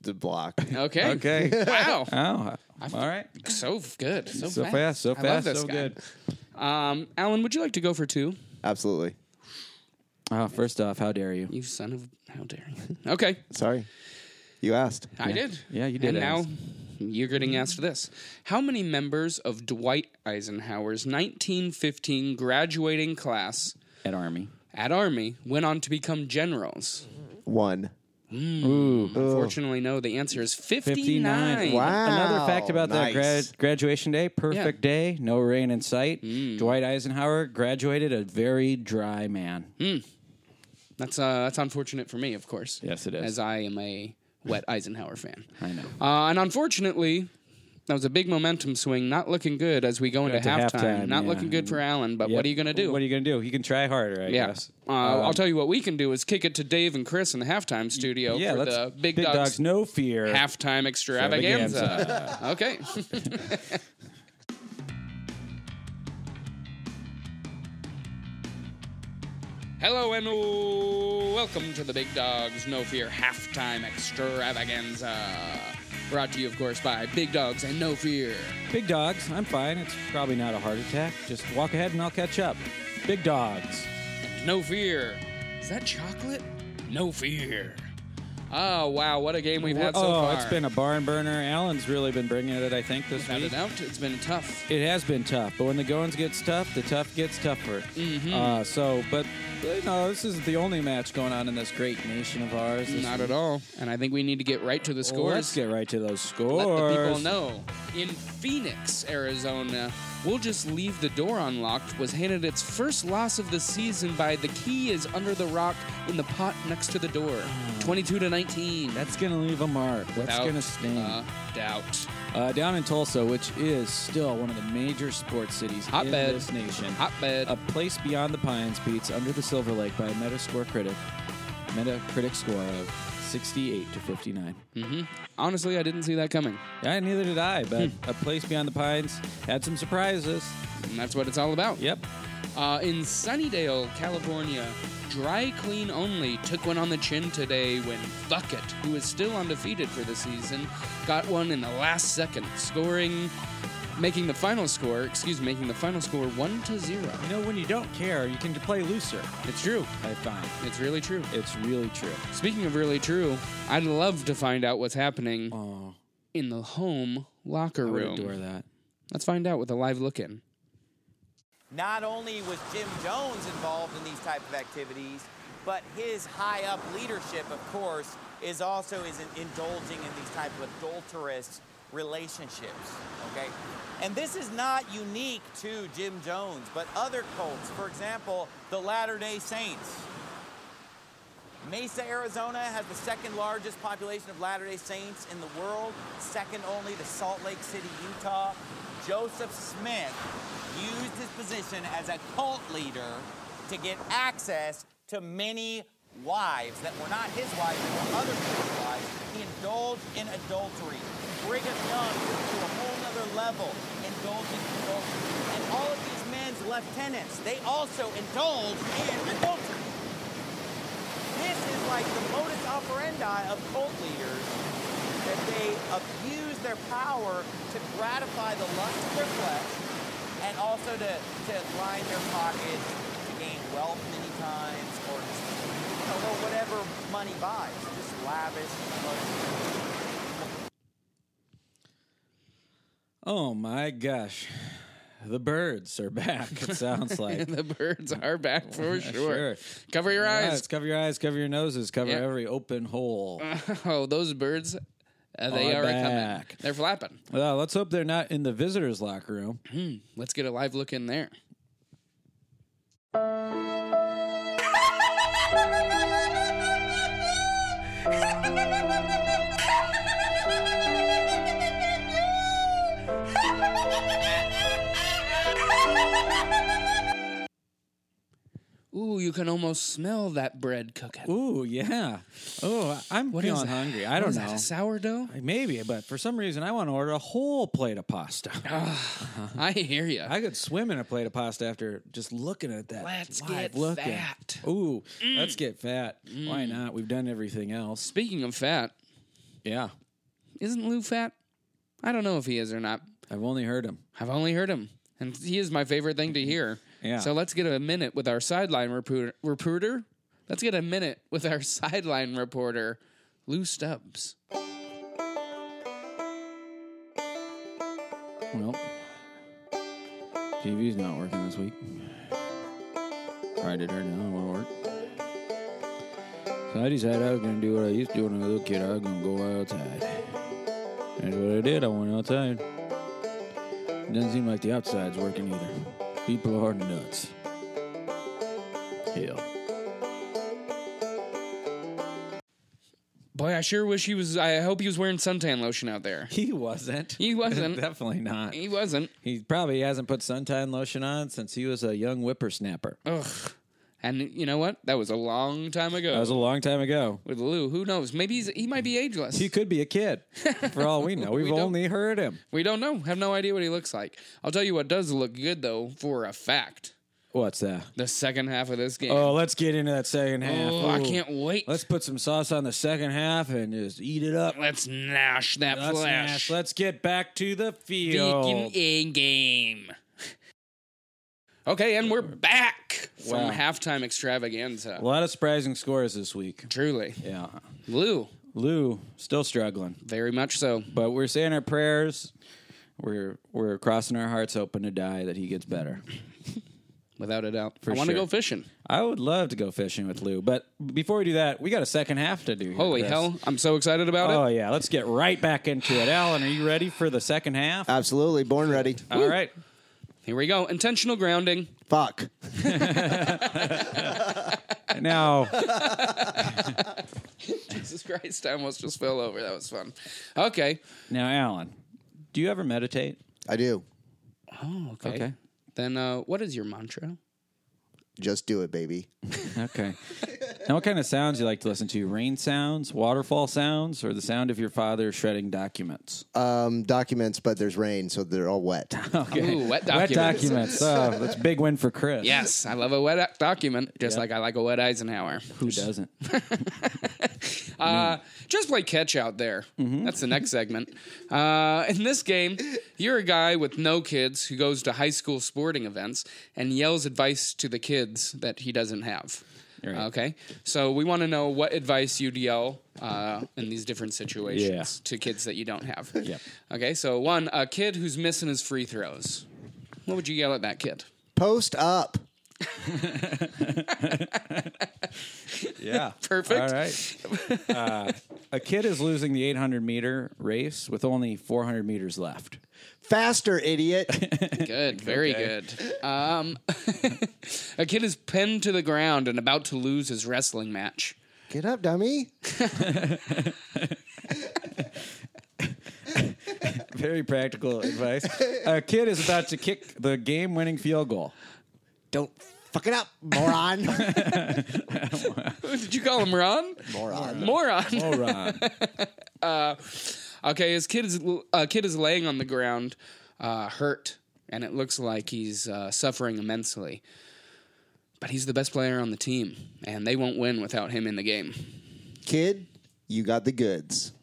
[SPEAKER 4] The block.
[SPEAKER 3] Okay.
[SPEAKER 1] Okay.
[SPEAKER 3] Wow.
[SPEAKER 1] Oh, all right.
[SPEAKER 3] So f- good. So,
[SPEAKER 1] So fast, so
[SPEAKER 3] I love
[SPEAKER 1] fast,
[SPEAKER 3] this
[SPEAKER 1] so
[SPEAKER 3] guy.
[SPEAKER 1] good.
[SPEAKER 3] Um, Alan, would you like to go for two?
[SPEAKER 4] Absolutely.
[SPEAKER 1] Oh, first off, how dare you?
[SPEAKER 3] You son of how dare you? Okay,
[SPEAKER 4] Sorry. You asked.
[SPEAKER 3] I did.
[SPEAKER 1] Yeah, you did
[SPEAKER 3] And now
[SPEAKER 1] ask.
[SPEAKER 3] You're getting asked this. How many members of Dwight Eisenhower's 1915 graduating class
[SPEAKER 1] at Army.
[SPEAKER 3] at Army went on to become generals?
[SPEAKER 4] One.
[SPEAKER 1] Oh.
[SPEAKER 3] Unfortunately, no. The answer is 59.
[SPEAKER 1] 59.
[SPEAKER 4] Wow.
[SPEAKER 1] Another fact about that
[SPEAKER 4] Nice.
[SPEAKER 1] grad- graduation day perfect day, no rain in sight.
[SPEAKER 3] Hmm.
[SPEAKER 1] Dwight Eisenhower graduated a very dry man.
[SPEAKER 3] Hmm. That's uh, that's unfortunate for me, of course.
[SPEAKER 1] Yes, it is.
[SPEAKER 3] As I am a wet Eisenhower fan.
[SPEAKER 1] I know.
[SPEAKER 3] Uh, and unfortunately, that was a big momentum swing. Not looking good as we go into
[SPEAKER 1] to
[SPEAKER 3] halftime.
[SPEAKER 1] halftime,
[SPEAKER 3] Not
[SPEAKER 1] yeah.
[SPEAKER 3] looking good for Allen. But
[SPEAKER 1] Yep.
[SPEAKER 3] what are you going to do?
[SPEAKER 1] What are you going to do? You can try harder, I
[SPEAKER 3] yeah.
[SPEAKER 1] guess.
[SPEAKER 3] Uh, I'll tell you what we can do is kick it to Dave and Chris in the halftime studio
[SPEAKER 1] Yeah,
[SPEAKER 3] for
[SPEAKER 1] let's,
[SPEAKER 3] the Big,
[SPEAKER 1] dogs,
[SPEAKER 3] Dogs,
[SPEAKER 1] no fear.
[SPEAKER 3] halftime extravaganza. okay. Hello and welcome to the Big Dogs No Fear halftime extravaganza. Brought to you, of course, by Big Dogs and No Fear.
[SPEAKER 1] Big dogs, I'm fine. It's probably not a heart attack. Just walk ahead and I'll catch up. Big dogs.
[SPEAKER 3] No fear. Is that chocolate? No fear. Oh wow, what a game we've had so
[SPEAKER 1] oh,
[SPEAKER 3] far.
[SPEAKER 1] it's been a barn burner. Alan's really been bringing it, I think, this
[SPEAKER 3] without a
[SPEAKER 1] week.
[SPEAKER 3] doubt. It's been tough.
[SPEAKER 1] It has been tough, but when the goings gets tough, the tough gets tougher.
[SPEAKER 3] Mm-hmm.
[SPEAKER 1] Uh, so, but you know, this isn't the only match going on in this great nation of ours. This-
[SPEAKER 3] Not at all. And I think we need to get right to the scores.
[SPEAKER 1] Let's get right to those scores.
[SPEAKER 3] Let the people know. In Phoenix, Arizona, we'll just leave the door unlocked. Was handed its first loss of the season by the key is under the rock in the pot next to the door, 22 to 19.
[SPEAKER 1] That's gonna leave a mark. Hmm. That's
[SPEAKER 3] Without
[SPEAKER 1] gonna sting.
[SPEAKER 3] a doubt.
[SPEAKER 1] Uh, down in Tulsa, which is still one of the major sports cities
[SPEAKER 3] Hotbed.
[SPEAKER 1] in this nation.
[SPEAKER 3] Hotbed.
[SPEAKER 1] A place beyond the pines beats Under the Silver Lake by a Metascore critic. Metacritic score of 68 to 59.
[SPEAKER 3] Honestly, I didn't see that coming.
[SPEAKER 1] Yeah, neither did I, but A Place Beyond the Pines had some surprises.
[SPEAKER 3] And that's what it's all about.
[SPEAKER 1] Yep.
[SPEAKER 3] Uh, in Sunnydale, California, Dry Clean Only took one on the chin today when Bucket, who is still undefeated for the season, got one in the last second, scoring, making the final score, excuse me, making the final score 1 to 0.
[SPEAKER 1] You know, when you don't care, you can play looser,
[SPEAKER 3] It's true.
[SPEAKER 1] I find.
[SPEAKER 3] It's really true.
[SPEAKER 1] It's really true.
[SPEAKER 3] Speaking of really true, I'd love to find out what's happening
[SPEAKER 1] Oh,
[SPEAKER 3] in the home locker
[SPEAKER 1] I would
[SPEAKER 3] room.
[SPEAKER 1] adore that.
[SPEAKER 3] Let's find out with a live look in.
[SPEAKER 5] Not only was Jim Jones involved in these type of activities, but his high-up leadership, of course, is also is in- indulging in these type of adulterous relationships. Okay, and this is not unique to Jim Jones, but other cults, for example, the Latter-day Saints. Mesa, Arizona has the second largest population of Latter day Saints in the world, second only to Salt Lake City, Utah. Joseph Smith used his position as a cult leader to get access to many wives that were not his wives, that were other people's wives. He indulged in adultery. Brigham Young took it to a whole nother level, indulging in adultery. And all of these men's lieutenants, they also indulged in adultery. This is like the modus operandi of cult leaders that they abuse their power to gratify the lust of their flesh and also to, to line their pockets to gain wealth many times or just, you know, well, whatever money buys, just lavish. Money.
[SPEAKER 1] Oh my gosh. The birds are back, it sounds like.
[SPEAKER 3] The birds are back for
[SPEAKER 1] sure.
[SPEAKER 3] sure. Cover your
[SPEAKER 1] Yeah,
[SPEAKER 3] eyes.
[SPEAKER 1] it's cover your eyes, cover your noses, cover
[SPEAKER 3] Yeah.
[SPEAKER 1] every open hole.
[SPEAKER 3] Oh, those birds, uh, they
[SPEAKER 1] Are
[SPEAKER 3] are coming.
[SPEAKER 1] back.
[SPEAKER 3] They're flapping.
[SPEAKER 1] Well, let's hope they're not in the visitors' locker room.
[SPEAKER 3] Let's get a live look in there. Ooh, you can almost smell that bread cooking.
[SPEAKER 1] Ooh, yeah. Oh, I'm
[SPEAKER 3] What is
[SPEAKER 1] feeling
[SPEAKER 3] that?
[SPEAKER 1] hungry. I
[SPEAKER 3] What
[SPEAKER 1] don't
[SPEAKER 3] is that,
[SPEAKER 1] know.
[SPEAKER 3] a sourdough?
[SPEAKER 1] Maybe, but for some reason, I want to order a whole plate of pasta.
[SPEAKER 3] I hear you.
[SPEAKER 1] Uh-huh. I could swim in a plate of pasta after just looking at that.
[SPEAKER 3] Let's
[SPEAKER 1] live
[SPEAKER 3] get
[SPEAKER 1] looking.
[SPEAKER 3] fat. Mm.
[SPEAKER 1] Ooh, let's get fat. Why not? We've done everything else.
[SPEAKER 3] Speaking of fat,
[SPEAKER 1] Yeah,
[SPEAKER 3] isn't Lou fat? I don't know if he is or not.
[SPEAKER 1] I've only heard him.
[SPEAKER 3] I've only heard him, and he is my favorite thing to hear.
[SPEAKER 1] Yeah.
[SPEAKER 3] So let's get a minute with our sideline reporter. reporter. Let's get a minute with our sideline reporter, Lou Stubbs.
[SPEAKER 1] Well, TV's not working this week. Tried it right now, it won't work. So I decided I was going to do what I used to do when I was a little kid. I was going to go outside. That's what I did. I went outside. Doesn't seem like the outside's working either. People are nuts. Hell.
[SPEAKER 3] Boy, I sure wish he was. I hope he was wearing suntan lotion out there.
[SPEAKER 1] He wasn't.
[SPEAKER 3] He wasn't.
[SPEAKER 1] Definitely not.
[SPEAKER 3] He wasn't.
[SPEAKER 1] He probably hasn't put suntan lotion on since he was a young whippersnapper.
[SPEAKER 3] Ugh. And you know what? That was a long time ago.
[SPEAKER 1] That was a long time ago.
[SPEAKER 3] with Lou, who knows? Maybe he's, he might be ageless.
[SPEAKER 1] He could be a kid, for all we know. We've
[SPEAKER 3] don't-
[SPEAKER 1] only heard him.
[SPEAKER 3] we don't know. Have no idea what he looks like. I'll tell you what does look good though, for a fact.
[SPEAKER 1] What's that?
[SPEAKER 3] The second half of this game.
[SPEAKER 1] Oh, let's get into that second half.
[SPEAKER 3] Oh, I
[SPEAKER 1] Ooh.
[SPEAKER 3] can't wait.
[SPEAKER 1] Let's put some sauce on the second half and just eat it up.
[SPEAKER 3] Let's gnash that
[SPEAKER 1] Let's,
[SPEAKER 3] flesh.
[SPEAKER 1] smash. let's get back to the
[SPEAKER 3] Beacon
[SPEAKER 1] field.
[SPEAKER 3] in game. Okay, and we're back from
[SPEAKER 1] Wow.
[SPEAKER 3] halftime extravaganza.
[SPEAKER 1] A lot of surprising scores this week.
[SPEAKER 3] Truly,
[SPEAKER 1] Yeah.
[SPEAKER 3] Lou,
[SPEAKER 1] Lou, still struggling.
[SPEAKER 3] very much so.
[SPEAKER 1] But we're saying our prayers. We're we're crossing our hearts open to die that he gets better.
[SPEAKER 3] Without a doubt. I want to
[SPEAKER 1] sure.
[SPEAKER 3] go fishing.
[SPEAKER 1] I would love to go fishing with Lou, but before we do that, we got a second half to do. Here,
[SPEAKER 3] Holy
[SPEAKER 1] Chris.
[SPEAKER 3] hell! I'm so excited about
[SPEAKER 1] Oh
[SPEAKER 3] it.
[SPEAKER 1] yeah, let's get right back into it. Alan, are you ready for the second half?
[SPEAKER 3] Uh,
[SPEAKER 4] Absolutely. Born ready.
[SPEAKER 1] All right.
[SPEAKER 3] Here we go. Intentional grounding.
[SPEAKER 4] Fuck.
[SPEAKER 1] Now,
[SPEAKER 3] Jesus Christ! I almost just fell over. That was fun. Okay.
[SPEAKER 1] now, Alan, do you ever meditate?
[SPEAKER 4] I do.
[SPEAKER 3] Oh, okay.
[SPEAKER 1] Okay.
[SPEAKER 3] Then uh, what is your mantra?
[SPEAKER 4] Just do it, baby.
[SPEAKER 1] Okay. now, what kind of sounds you like to listen to? Rain sounds, waterfall sounds, or the sound of your father shredding documents?
[SPEAKER 3] Uh,
[SPEAKER 4] Um, documents, but there's rain, so they're all wet.
[SPEAKER 1] Okay.
[SPEAKER 3] Ooh, wet
[SPEAKER 1] Wet
[SPEAKER 3] documents.
[SPEAKER 1] documents. Oh, that's a big win for Chris.
[SPEAKER 3] Yes, I love a wet doc- document, just like I like a wet Eisenhower.
[SPEAKER 1] Who doesn't? Mm.
[SPEAKER 3] Uh, just play catch out there.
[SPEAKER 1] Mm-hmm.
[SPEAKER 3] That's the next segment. Uh, in this game, you're a guy with no kids who goes to high school sporting events and yells advice to the kids that he doesn't have.
[SPEAKER 1] Right.
[SPEAKER 3] Okay, so we want to know what advice you'd yell uh, in these different situations
[SPEAKER 1] Yeah.
[SPEAKER 3] to kids that you don't have.
[SPEAKER 1] Yep.
[SPEAKER 3] Okay, so one, a kid who's missing his free throws. What would you yell at that kid?
[SPEAKER 4] Post up.
[SPEAKER 1] Yeah.
[SPEAKER 3] Perfect.
[SPEAKER 1] All right. Uh, a kid is losing the 800 meter race with only 400 meters left.
[SPEAKER 4] Faster, idiot.
[SPEAKER 3] Good, very good. Um, a kid is pinned to the ground and about to lose his wrestling match.
[SPEAKER 4] Get up, dummy.
[SPEAKER 1] Very practical advice. A kid is about to kick the game winning field goal.
[SPEAKER 4] Don't fuck it up, moron.
[SPEAKER 3] Did you call him Ron?
[SPEAKER 4] moron.
[SPEAKER 3] Moron.
[SPEAKER 1] Oh, Ron.
[SPEAKER 3] Okay, his kid is a kid is laying on the ground, uh, hurt, and it looks like he's uh, suffering immensely. But he's the best player on the team, and they won't win without him in the game.
[SPEAKER 4] Kid, you got the goods.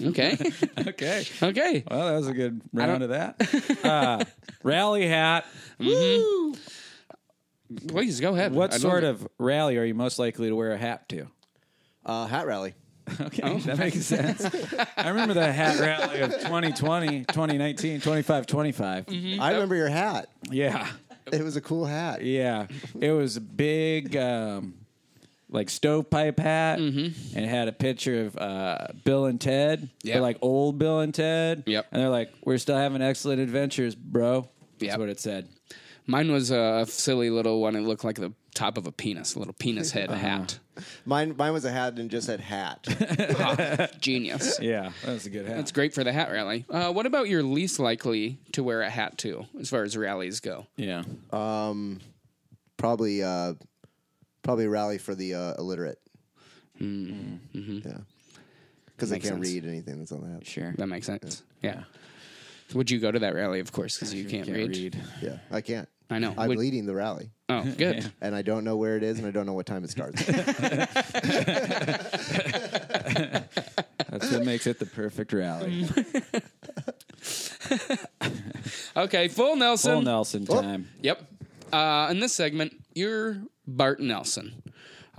[SPEAKER 3] Okay,
[SPEAKER 1] okay.
[SPEAKER 3] okay.
[SPEAKER 1] Well, that was a good
[SPEAKER 3] don't-
[SPEAKER 1] round of that. Uh, rally hat.
[SPEAKER 3] Please go ahead.
[SPEAKER 1] What
[SPEAKER 3] I'd
[SPEAKER 1] sort
[SPEAKER 3] love
[SPEAKER 1] of rally are you most likely to wear a hat to?
[SPEAKER 4] Uh, hat rally.
[SPEAKER 1] Okay, that makes sense. I remember the hat rally of 2020, 2019, 25, 25.
[SPEAKER 4] I remember your hat.
[SPEAKER 1] Yeah.
[SPEAKER 4] It was a cool hat.
[SPEAKER 1] Yeah, it was a big, um, like stovepipe hat, and it had a picture of uh, Bill and Ted.
[SPEAKER 3] Mm-hmm. Yep.
[SPEAKER 1] They're like old Bill and Ted.
[SPEAKER 3] Yep.
[SPEAKER 1] and they're like, "We're still having excellent adventures, bro."
[SPEAKER 3] Yep.
[SPEAKER 1] That's what it said.
[SPEAKER 3] Mine was a silly little one. It looked like the top of a penis, a little penis head hat.
[SPEAKER 4] Mine, mine was a hat and just said hat.
[SPEAKER 3] Genius.
[SPEAKER 1] Yeah, that was a good hat.
[SPEAKER 3] That's great for the hat rally. Uh, what about your least likely to wear a hat to, as far as rallies go?
[SPEAKER 1] yeah,
[SPEAKER 4] Um, probably, uh, probably a rally for the uh, illiterate. Yeah,
[SPEAKER 3] Mm-hmm.
[SPEAKER 4] because they
[SPEAKER 3] Makes
[SPEAKER 4] can't
[SPEAKER 3] sense.
[SPEAKER 4] read anything that's on the hat.
[SPEAKER 1] sure.
[SPEAKER 3] That makes sense. Yeah. Would you go to that rally, of course, because you can't,
[SPEAKER 1] Can't
[SPEAKER 3] read.
[SPEAKER 1] read.
[SPEAKER 4] Yeah, I can't.
[SPEAKER 3] I know.
[SPEAKER 4] I'm
[SPEAKER 3] Would-
[SPEAKER 4] leading the rally,
[SPEAKER 3] Oh, good.
[SPEAKER 4] and I don't know where it is, and I don't know what time it starts.
[SPEAKER 1] That's what makes it the perfect
[SPEAKER 3] Mm-hmm.
[SPEAKER 1] rally.
[SPEAKER 3] Okay, full Nelson. Oh.
[SPEAKER 1] Full Nelson time.
[SPEAKER 3] Yep. Uh, in this segment, you're Bart Nelson.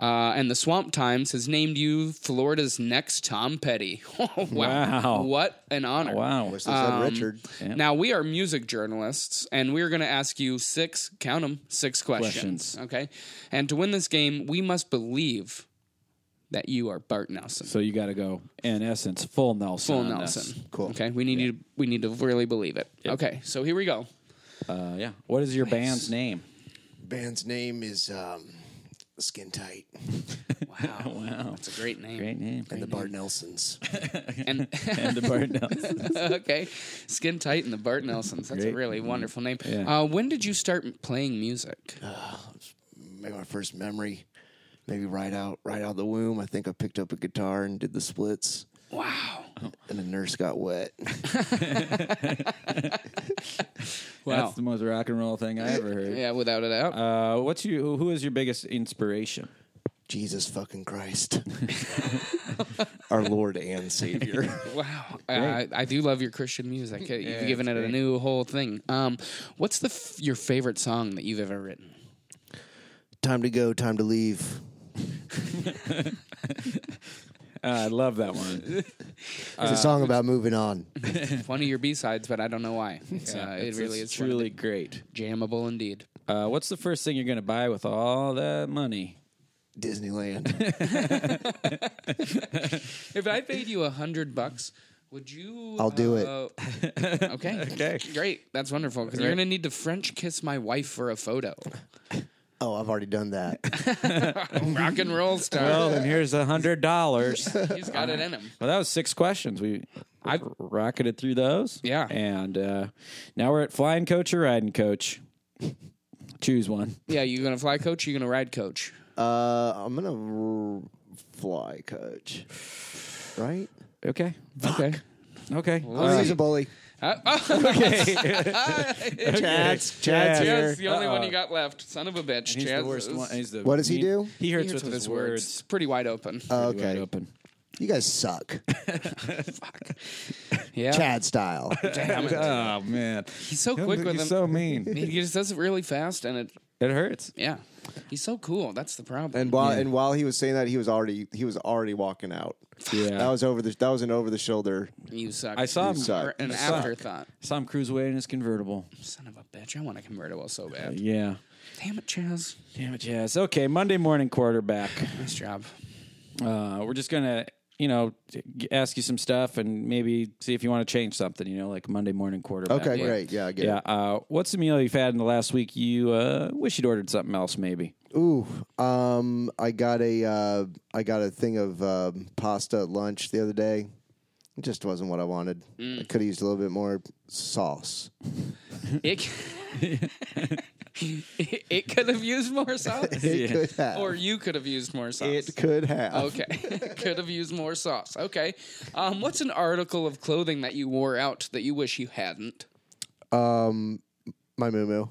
[SPEAKER 3] Uh, and the Swamp Times has named you Florida's next Tom Petty. wow.
[SPEAKER 1] Wow.
[SPEAKER 3] What an honor.
[SPEAKER 1] Wow.
[SPEAKER 4] Wish they said
[SPEAKER 3] Um,
[SPEAKER 4] Richard.
[SPEAKER 3] Now we are music journalists, and we're going to ask you six count 'em, six questions,
[SPEAKER 1] Questions.
[SPEAKER 3] Okay, and to win this game, we must believe that you are Bart Nelson,
[SPEAKER 1] So uh, you got to go, in essence, full Nelson.
[SPEAKER 3] full
[SPEAKER 1] on
[SPEAKER 3] Nelson.
[SPEAKER 1] this.
[SPEAKER 4] Cool.
[SPEAKER 3] Okay, we need you. To, we need to really believe it. Okay, so here we go.
[SPEAKER 1] Uh, yeah. What is your band's name?
[SPEAKER 4] Band's name is um, Skin Tight
[SPEAKER 3] Wow, wow, that's a great name.
[SPEAKER 1] Great name.
[SPEAKER 4] and the Bart Nelsons.
[SPEAKER 3] And
[SPEAKER 1] and the Bart Nelson.
[SPEAKER 3] okay, Skin Tight and the Bart Nelsons. That's
[SPEAKER 1] Great.
[SPEAKER 3] a really wonderful name.
[SPEAKER 1] Yeah. Uh,
[SPEAKER 3] Uh, when did you start playing music?
[SPEAKER 4] Maybe my first memory, maybe right out, right out of the womb. I think I picked up a guitar and did the splits,
[SPEAKER 3] Wow,
[SPEAKER 4] and the nurse got wet.
[SPEAKER 3] wow,
[SPEAKER 1] That's the most rock and roll thing I ever heard.
[SPEAKER 3] yeah, without a doubt.
[SPEAKER 1] Uh, what's you? Who is your biggest inspiration?
[SPEAKER 4] Jesus fucking Christ, our Lord and Savior.
[SPEAKER 3] Wow, Uh, I, I do love your Christian music. Uh, You've given it a new whole thing. Um, what's the f- your favorite song that you've ever written?
[SPEAKER 4] time to go, time to leave.
[SPEAKER 1] Uh, I love that one.
[SPEAKER 4] Uh, It's a song about moving on.
[SPEAKER 3] It's one of your B sides, but I don't know why. It's, uh, it
[SPEAKER 1] It's-
[SPEAKER 3] really
[SPEAKER 1] it's
[SPEAKER 3] is one of
[SPEAKER 1] truly great.
[SPEAKER 3] the- jammable indeed.
[SPEAKER 1] Uh, what's the first thing you're going to buy with all that money?
[SPEAKER 4] Disneyland.
[SPEAKER 3] If I paid you a hundred bucks, would you?
[SPEAKER 4] I'll do it.
[SPEAKER 3] it. Okay. okay. Great. That's wonderful because you're gonna need to French kiss my wife for a photo.
[SPEAKER 4] Oh, I've already done that.
[SPEAKER 3] Rock and roll star.
[SPEAKER 1] Oh, and here's a hundred dollars. well,
[SPEAKER 3] He's got it in him.
[SPEAKER 1] that was six questions. We I rocketed through those.
[SPEAKER 3] Yeah.
[SPEAKER 1] and uh, now we're at flying coach or riding coach. Choose one.
[SPEAKER 3] Yeah, you gonna fly coach? Or you gonna ride coach?
[SPEAKER 4] Uh, I'm gonna r- fly coach. Right?
[SPEAKER 1] Okay.
[SPEAKER 3] Okay.
[SPEAKER 1] Okay.
[SPEAKER 4] I'm gonna use a bully.
[SPEAKER 3] Uh, oh,
[SPEAKER 4] Chad's,
[SPEAKER 1] Chad's
[SPEAKER 4] Chad's
[SPEAKER 1] here.
[SPEAKER 3] Chad's
[SPEAKER 4] here.
[SPEAKER 3] the only one you got left. Son of a bitch.
[SPEAKER 1] He's
[SPEAKER 3] Chad's
[SPEAKER 1] the worst
[SPEAKER 3] is-
[SPEAKER 1] one. He's the,
[SPEAKER 4] What does he do?
[SPEAKER 1] He hurts,
[SPEAKER 3] He hurts
[SPEAKER 1] with, his words. Uh,
[SPEAKER 3] It's pretty wide open.
[SPEAKER 1] Wide
[SPEAKER 4] Okay,
[SPEAKER 1] open.
[SPEAKER 4] you guys suck,
[SPEAKER 3] yeah.
[SPEAKER 4] Chad style.
[SPEAKER 3] Damn it.
[SPEAKER 1] Oh man, he's
[SPEAKER 3] so quick with him.
[SPEAKER 1] He's so mean.
[SPEAKER 3] He just does it really fast, and it.
[SPEAKER 1] It hurts.
[SPEAKER 3] Yeah. He's so cool. That's the problem.
[SPEAKER 4] And while and while he was saying that, he was already he was already walking out.
[SPEAKER 1] Yeah.
[SPEAKER 4] That was over the that was an over the shoulder.
[SPEAKER 3] you suck.
[SPEAKER 1] I saw him.
[SPEAKER 3] You
[SPEAKER 4] suck.
[SPEAKER 3] are An
[SPEAKER 1] I suck.
[SPEAKER 3] afterthought.
[SPEAKER 1] Saw him cruise away in his convertible.
[SPEAKER 3] Son of a bitch. I want a convertible so bad.
[SPEAKER 1] Yeah.
[SPEAKER 3] Damn it, Chaz.
[SPEAKER 1] Damn it, Jazz. Okay, Monday morning quarterback.
[SPEAKER 3] Nice job.
[SPEAKER 1] Uh, we're just gonna, you know, g- ask you some stuff and maybe see if you want to change something. You know, like Monday morning quarterback.
[SPEAKER 4] Okay,
[SPEAKER 1] Yeah.
[SPEAKER 4] great. Yeah, I get
[SPEAKER 1] Yeah. Uh, what's the meal you've had in the last week? You uh, wish you'd ordered something else, maybe.
[SPEAKER 4] it. Ooh, um, I got a uh, I got a thing of uh, pasta at lunch the other day. It just wasn't what I wanted. I could have used a little bit more sauce.
[SPEAKER 3] It. it it could have used more sauce,
[SPEAKER 4] It could have.
[SPEAKER 3] or you could have used more sauce.
[SPEAKER 4] it could have.
[SPEAKER 3] Oh, Okay. Could have used more sauce. Okay. Um, what's an article of clothing that you wore out that you wish you hadn't?
[SPEAKER 4] My moo moo.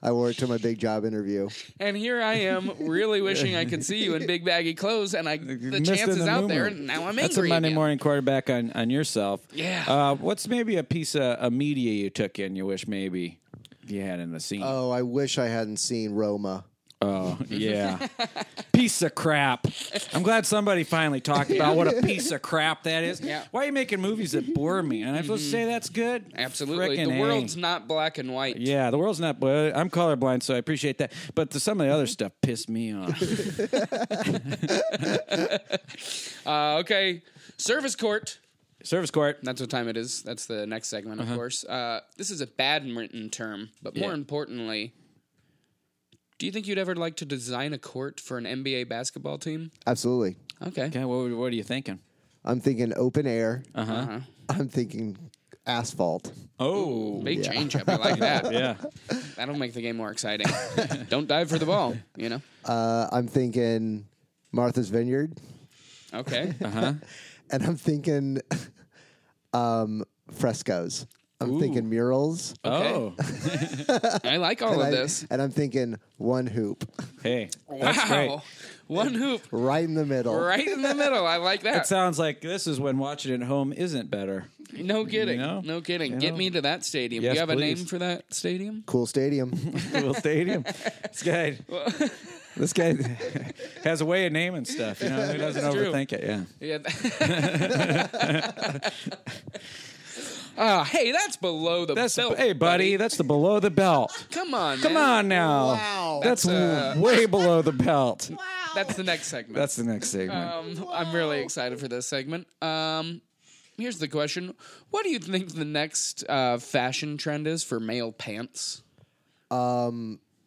[SPEAKER 4] I wore it to my big job interview.
[SPEAKER 3] And here I am, really wishing I could see you in big baggy clothes, and I the
[SPEAKER 1] Missed in
[SPEAKER 3] chance is
[SPEAKER 1] the
[SPEAKER 3] out
[SPEAKER 1] moo-moo.
[SPEAKER 3] there, and now I'm angry.
[SPEAKER 1] That's a Monday
[SPEAKER 3] again.
[SPEAKER 1] morning quarterback on, on yourself.
[SPEAKER 3] Yeah.
[SPEAKER 1] Uh, what's maybe a piece of a media you took in you wish maybe you had in the scene?
[SPEAKER 4] Oh, I wish I hadn't seen Roma.
[SPEAKER 1] Oh, yeah. piece of crap. I'm glad somebody finally talked about what a piece of crap that is.
[SPEAKER 3] Yeah. Mm-hmm.
[SPEAKER 1] Why are you making movies that bore me? And I'm supposed to say that's good?
[SPEAKER 3] Absolutely,
[SPEAKER 1] Frickin'
[SPEAKER 3] the
[SPEAKER 1] A.
[SPEAKER 3] world's not black and white.
[SPEAKER 1] Yeah, the world's not. Well, I'm colorblind, so I appreciate that. But the, some of the
[SPEAKER 3] Mm-hmm.
[SPEAKER 1] other stuff pissed me off.
[SPEAKER 3] Uh, okay, service court.
[SPEAKER 1] Service court.
[SPEAKER 3] That's what time it is. That's the next segment, of course. Uh, this is a badminton term, but more
[SPEAKER 1] Uh-huh. Yeah.
[SPEAKER 3] importantly, do you think you'd ever like to design a court for an NBA basketball team?
[SPEAKER 4] Absolutely.
[SPEAKER 3] Okay.
[SPEAKER 1] Okay, what, what are you thinking?
[SPEAKER 4] I'm thinking open air.
[SPEAKER 3] Uh.
[SPEAKER 4] Uh-huh. I'm thinking asphalt.
[SPEAKER 1] Oh,
[SPEAKER 3] Big change up. I like that.
[SPEAKER 1] yeah.
[SPEAKER 3] That'll make the game more exciting. Don't dive for the ball, you know?
[SPEAKER 4] Uh, I'm thinking Martha's Vineyard.
[SPEAKER 3] Okay.
[SPEAKER 1] Uh-huh.
[SPEAKER 4] And I'm thinking um, frescoes. I'm thinking murals.
[SPEAKER 1] Oh,
[SPEAKER 3] I like all of
[SPEAKER 4] And I-
[SPEAKER 3] this.
[SPEAKER 4] and I'm thinking one hoop
[SPEAKER 1] hey. That's great.
[SPEAKER 3] Wow. One hoop
[SPEAKER 4] right in the middle.
[SPEAKER 3] right in the middle. I like that.
[SPEAKER 1] That sounds like this is when watching at home isn't better.
[SPEAKER 3] No kidding.
[SPEAKER 1] You know?
[SPEAKER 3] No kidding.
[SPEAKER 1] You
[SPEAKER 3] Get
[SPEAKER 1] know?
[SPEAKER 3] me to that stadium.
[SPEAKER 1] Yes,
[SPEAKER 3] Do you have a name
[SPEAKER 1] please.
[SPEAKER 3] for that stadium?
[SPEAKER 6] Cool stadium.
[SPEAKER 1] Cool stadium. This guy, this guy has a way of naming stuff. You know, he doesn't
[SPEAKER 3] That's true.
[SPEAKER 1] overthink it. Yeah.
[SPEAKER 3] Yeah. Ah, hey, that's below the
[SPEAKER 1] That's
[SPEAKER 3] belt.
[SPEAKER 1] hey, buddy. That's the below the belt.
[SPEAKER 3] Come on.
[SPEAKER 1] Come
[SPEAKER 3] man.
[SPEAKER 1] on now.
[SPEAKER 6] Wow.
[SPEAKER 1] That's,
[SPEAKER 3] That's,
[SPEAKER 1] w- way below the belt.
[SPEAKER 3] That's the next segment.
[SPEAKER 1] That's the next segment.
[SPEAKER 3] Um, I'm really excited for this segment. Um, here's the question: What do you think the next uh, fashion trend is for male pants?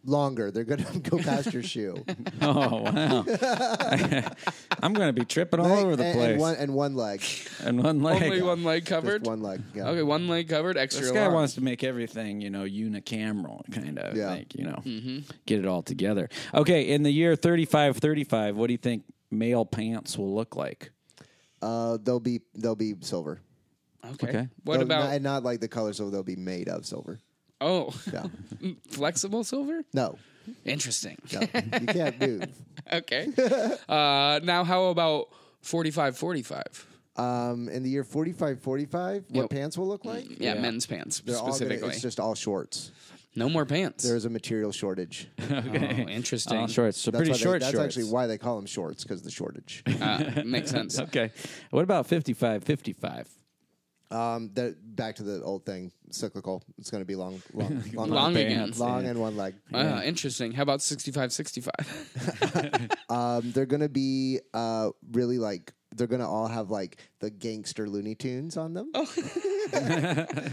[SPEAKER 4] Longer. They're going to go past your shoe.
[SPEAKER 1] oh wow. I'm going to be tripping all over the
[SPEAKER 4] and,
[SPEAKER 1] place.
[SPEAKER 4] And one, and one leg. Just
[SPEAKER 1] And one leg.
[SPEAKER 3] Only one leg covered.
[SPEAKER 4] one leg. Yeah.
[SPEAKER 3] Okay, one leg covered. Extra
[SPEAKER 1] This guy
[SPEAKER 3] large.
[SPEAKER 1] wants to make everything, you know, unicameral kind of.
[SPEAKER 4] Yeah.
[SPEAKER 1] I think, you know, get it all together. Okay, in the year 3535, what do you think male pants will look like?
[SPEAKER 4] Uh, they'll be they'll be silver.
[SPEAKER 3] Okay.
[SPEAKER 1] Okay.
[SPEAKER 3] What
[SPEAKER 4] They'll-
[SPEAKER 3] about
[SPEAKER 4] and not like the color silver? They'll be made of silver.
[SPEAKER 3] oh,
[SPEAKER 4] Yeah.
[SPEAKER 3] flexible silver?
[SPEAKER 4] No,
[SPEAKER 3] Interesting.
[SPEAKER 4] no, you can't move.
[SPEAKER 3] okay. Uh, now, how about forty-five, forty-five?
[SPEAKER 4] Um, in the year forty-five, forty-five,
[SPEAKER 3] Yep.
[SPEAKER 4] what pants will look like?
[SPEAKER 3] Yeah, men's pants
[SPEAKER 4] They're all gonna-
[SPEAKER 3] specifically.
[SPEAKER 4] it's just all shorts.
[SPEAKER 3] no more pants.
[SPEAKER 4] There's a material shortage.
[SPEAKER 3] oh, interesting.
[SPEAKER 1] Oh, shorts. So
[SPEAKER 4] That's
[SPEAKER 1] pretty
[SPEAKER 4] why they-
[SPEAKER 1] short
[SPEAKER 4] That's
[SPEAKER 1] shorts.
[SPEAKER 4] actually why they call them shorts because the shortage.
[SPEAKER 3] Uh, makes sense.
[SPEAKER 1] okay. What about 55 55?
[SPEAKER 4] um, the, back to the old thing, cyclical. It's going to be long, long, long,
[SPEAKER 3] Long
[SPEAKER 4] leg.
[SPEAKER 3] again.
[SPEAKER 4] long, and one leg.
[SPEAKER 3] Uh, interesting. How about 65 65?
[SPEAKER 4] Um, they're going to be uh, really like they're going to all have like the gangster Looney Tunes on them.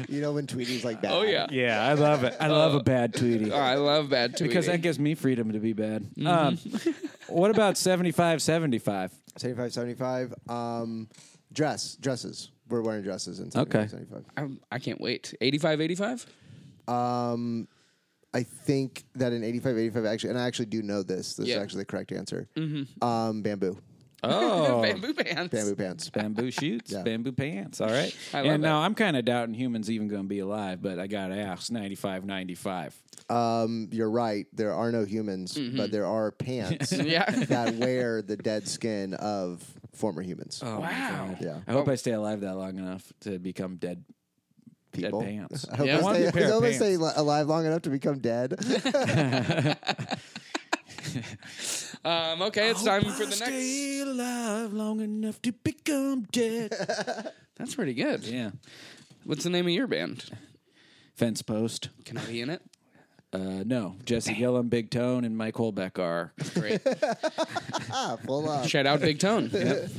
[SPEAKER 4] you know when Tweety's like that.
[SPEAKER 3] Oh, yeah.
[SPEAKER 1] Yeah, I love it. I love a bad Tweety.
[SPEAKER 3] Oh, I love bad tweeting.
[SPEAKER 1] Because that gives me freedom to be bad. Um, what about 75 75?
[SPEAKER 4] 75, 75. Um, dress, dresses. We're wearing dresses in
[SPEAKER 1] Okay.
[SPEAKER 4] 75, 75.
[SPEAKER 3] I'm, I can't wait. 85 85?
[SPEAKER 4] Um, I think that in 85, 85, actually, and I actually do know this. This
[SPEAKER 3] Yeah.
[SPEAKER 4] is actually the correct answer. Um, bamboo.
[SPEAKER 1] Oh.
[SPEAKER 3] Bamboo pants.
[SPEAKER 4] Bamboo pants.
[SPEAKER 1] Bamboo shoots,
[SPEAKER 4] Yeah.
[SPEAKER 1] bamboo pants. All right.
[SPEAKER 3] I love
[SPEAKER 1] and now
[SPEAKER 3] that.
[SPEAKER 1] I'm kind of doubting humans even going to be alive, but I got to ask 95 95.
[SPEAKER 4] Um, you're right. There are no humans, but there are pants
[SPEAKER 3] Yeah.
[SPEAKER 4] that wear the dead skin of former humans.
[SPEAKER 3] wow.
[SPEAKER 4] Yeah.
[SPEAKER 1] I hope I stay alive that long enough to become dead
[SPEAKER 4] People.
[SPEAKER 1] dead pants.
[SPEAKER 4] I hope
[SPEAKER 3] Yeah.
[SPEAKER 4] I
[SPEAKER 3] One
[SPEAKER 4] stay,
[SPEAKER 1] pair of
[SPEAKER 4] I hope I stay
[SPEAKER 1] pants.
[SPEAKER 4] li- alive long enough to become dead.
[SPEAKER 3] Um, okay, it's time for the next.
[SPEAKER 1] Stay alive long enough to become dead.
[SPEAKER 3] That's pretty good.
[SPEAKER 1] yeah.
[SPEAKER 3] What's the name of your band?
[SPEAKER 1] Fence post.
[SPEAKER 3] Can I be in it?
[SPEAKER 1] Uh, no, Jesse Gillum, Big Tone, and Mike Holbeck are.
[SPEAKER 3] Great.
[SPEAKER 4] Full Ah, up.
[SPEAKER 3] Shout out Big Tone.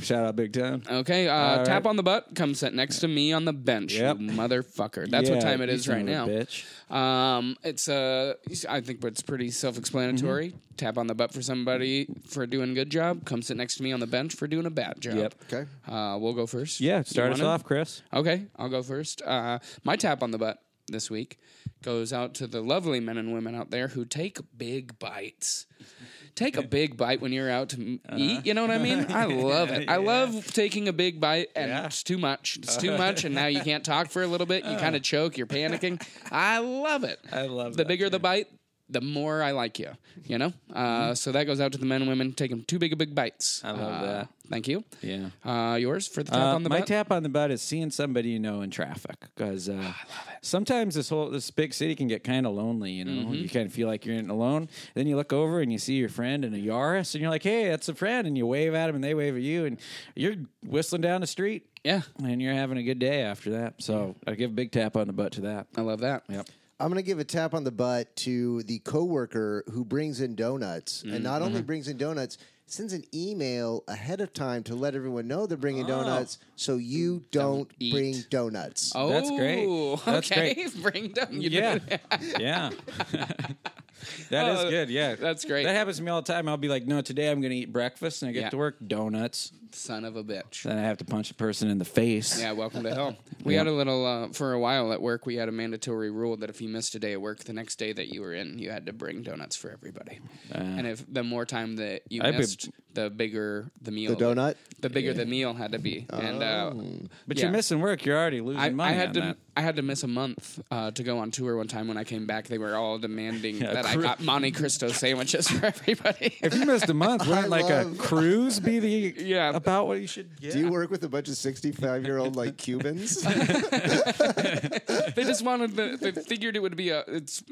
[SPEAKER 1] Shout out Big Tone.
[SPEAKER 3] Okay, uh,
[SPEAKER 1] right.
[SPEAKER 3] tap on the butt. Come sit next to me on the bench,
[SPEAKER 1] Yep.
[SPEAKER 3] you motherfucker. That's what
[SPEAKER 1] Yeah,
[SPEAKER 3] time it
[SPEAKER 1] you
[SPEAKER 3] is
[SPEAKER 1] son
[SPEAKER 3] right
[SPEAKER 1] of a
[SPEAKER 3] now.
[SPEAKER 1] Bitch.
[SPEAKER 3] Um, it's uh, I think it's pretty self-explanatory.
[SPEAKER 1] Mm-hmm.
[SPEAKER 3] Tap on the butt for somebody for doing a good job. Come sit next to me on the bench for doing a bad job.
[SPEAKER 1] Yep.
[SPEAKER 4] Okay.
[SPEAKER 3] Uh, we'll go first.
[SPEAKER 1] Yeah,
[SPEAKER 3] You
[SPEAKER 1] start us
[SPEAKER 3] wanna?
[SPEAKER 1] off, Chris.
[SPEAKER 3] Okay, I'll go first. Uh, my tap on the butt this week goes out to the lovely men and women out there who take big bites. Take a big bite when you're out to m
[SPEAKER 1] Uh-huh.
[SPEAKER 3] eat. You know what I mean? I love it. I love taking a big bite, and it's too much. It's
[SPEAKER 1] Uh-huh.
[SPEAKER 3] too much, and now you can't talk for a little bit. You kind of choke. You're panicking. I love it.
[SPEAKER 1] I love
[SPEAKER 3] the
[SPEAKER 1] that,
[SPEAKER 3] bigger the bite. The more I like you, you know. Uh, So that goes out to the men and women taking too big of big bites. I
[SPEAKER 1] Mm-hmm. love that.
[SPEAKER 3] Thank you.
[SPEAKER 1] Yeah.
[SPEAKER 3] Uh, yours for the tap
[SPEAKER 1] Uh,
[SPEAKER 3] on the
[SPEAKER 1] my
[SPEAKER 3] butt.
[SPEAKER 1] tap on the butt is seeing somebody you know in traffic because
[SPEAKER 3] Ah,
[SPEAKER 1] uh, sometimes this whole this big city can get kind of lonely. You know,
[SPEAKER 3] Mm-hmm.
[SPEAKER 1] you kind of feel like you're in it alone. Then you look over and you see your friend in a Yaris, and you're like, "Hey, that's a friend!" And you wave at him, and they wave at you, and you're whistling down the street,
[SPEAKER 3] yeah.
[SPEAKER 1] and you're having a good day after that. So I give a big tap on the butt to that.
[SPEAKER 3] I love that.
[SPEAKER 1] Yep.
[SPEAKER 4] I'm gonna give a tap on the butt to the coworker who brings in donuts,
[SPEAKER 3] Mm,
[SPEAKER 4] and not
[SPEAKER 3] mm-hmm.
[SPEAKER 4] only brings in donuts, sends an email ahead of time to let everyone know they're bringing donuts, so you don't,
[SPEAKER 3] Oh. eat.
[SPEAKER 4] bring donuts.
[SPEAKER 3] Oh,
[SPEAKER 1] That's great. That's
[SPEAKER 3] okay,
[SPEAKER 1] great.
[SPEAKER 3] bring down. You
[SPEAKER 1] Yeah.
[SPEAKER 3] did it.
[SPEAKER 1] yeah. that is
[SPEAKER 3] Oh,
[SPEAKER 1] good. Yeah.
[SPEAKER 3] that's great.
[SPEAKER 1] That happens to me all the time. I'll be like, no, today I'm going to eat breakfast. And I get
[SPEAKER 3] Yeah.
[SPEAKER 1] to work, donuts.
[SPEAKER 3] son of a bitch.
[SPEAKER 1] Then I have to punch a person in the face.
[SPEAKER 3] Yeah, welcome to hell. We had a little uh, for a while at work. We had a mandatory rule that if you missed a day at work, the next day that you were in, you had to bring donuts for everybody. and if the more time that you
[SPEAKER 1] Ah. I'd be-
[SPEAKER 3] missed, the bigger the meal.
[SPEAKER 4] The donut?
[SPEAKER 3] The bigger the meal had to be. And uh,
[SPEAKER 1] But
[SPEAKER 3] yeah.
[SPEAKER 1] you're missing work. You're alady losing
[SPEAKER 3] I,
[SPEAKER 1] Oh, money
[SPEAKER 3] I had
[SPEAKER 1] on
[SPEAKER 3] to
[SPEAKER 1] that.
[SPEAKER 3] I had to miss a month uh, to go on tour one time. When I came back, they were all demanding that I
[SPEAKER 1] cru-
[SPEAKER 3] got Monte Cristo sandwiches for everybody.
[SPEAKER 1] If you missed a month, wouldn't like
[SPEAKER 7] love-
[SPEAKER 1] a cruise be the
[SPEAKER 3] Yeah.
[SPEAKER 1] about what you should get?
[SPEAKER 4] Do you work with a bunch of sixty-five-year-old like Cubans?
[SPEAKER 3] they just wanted the, they figured it would be a it's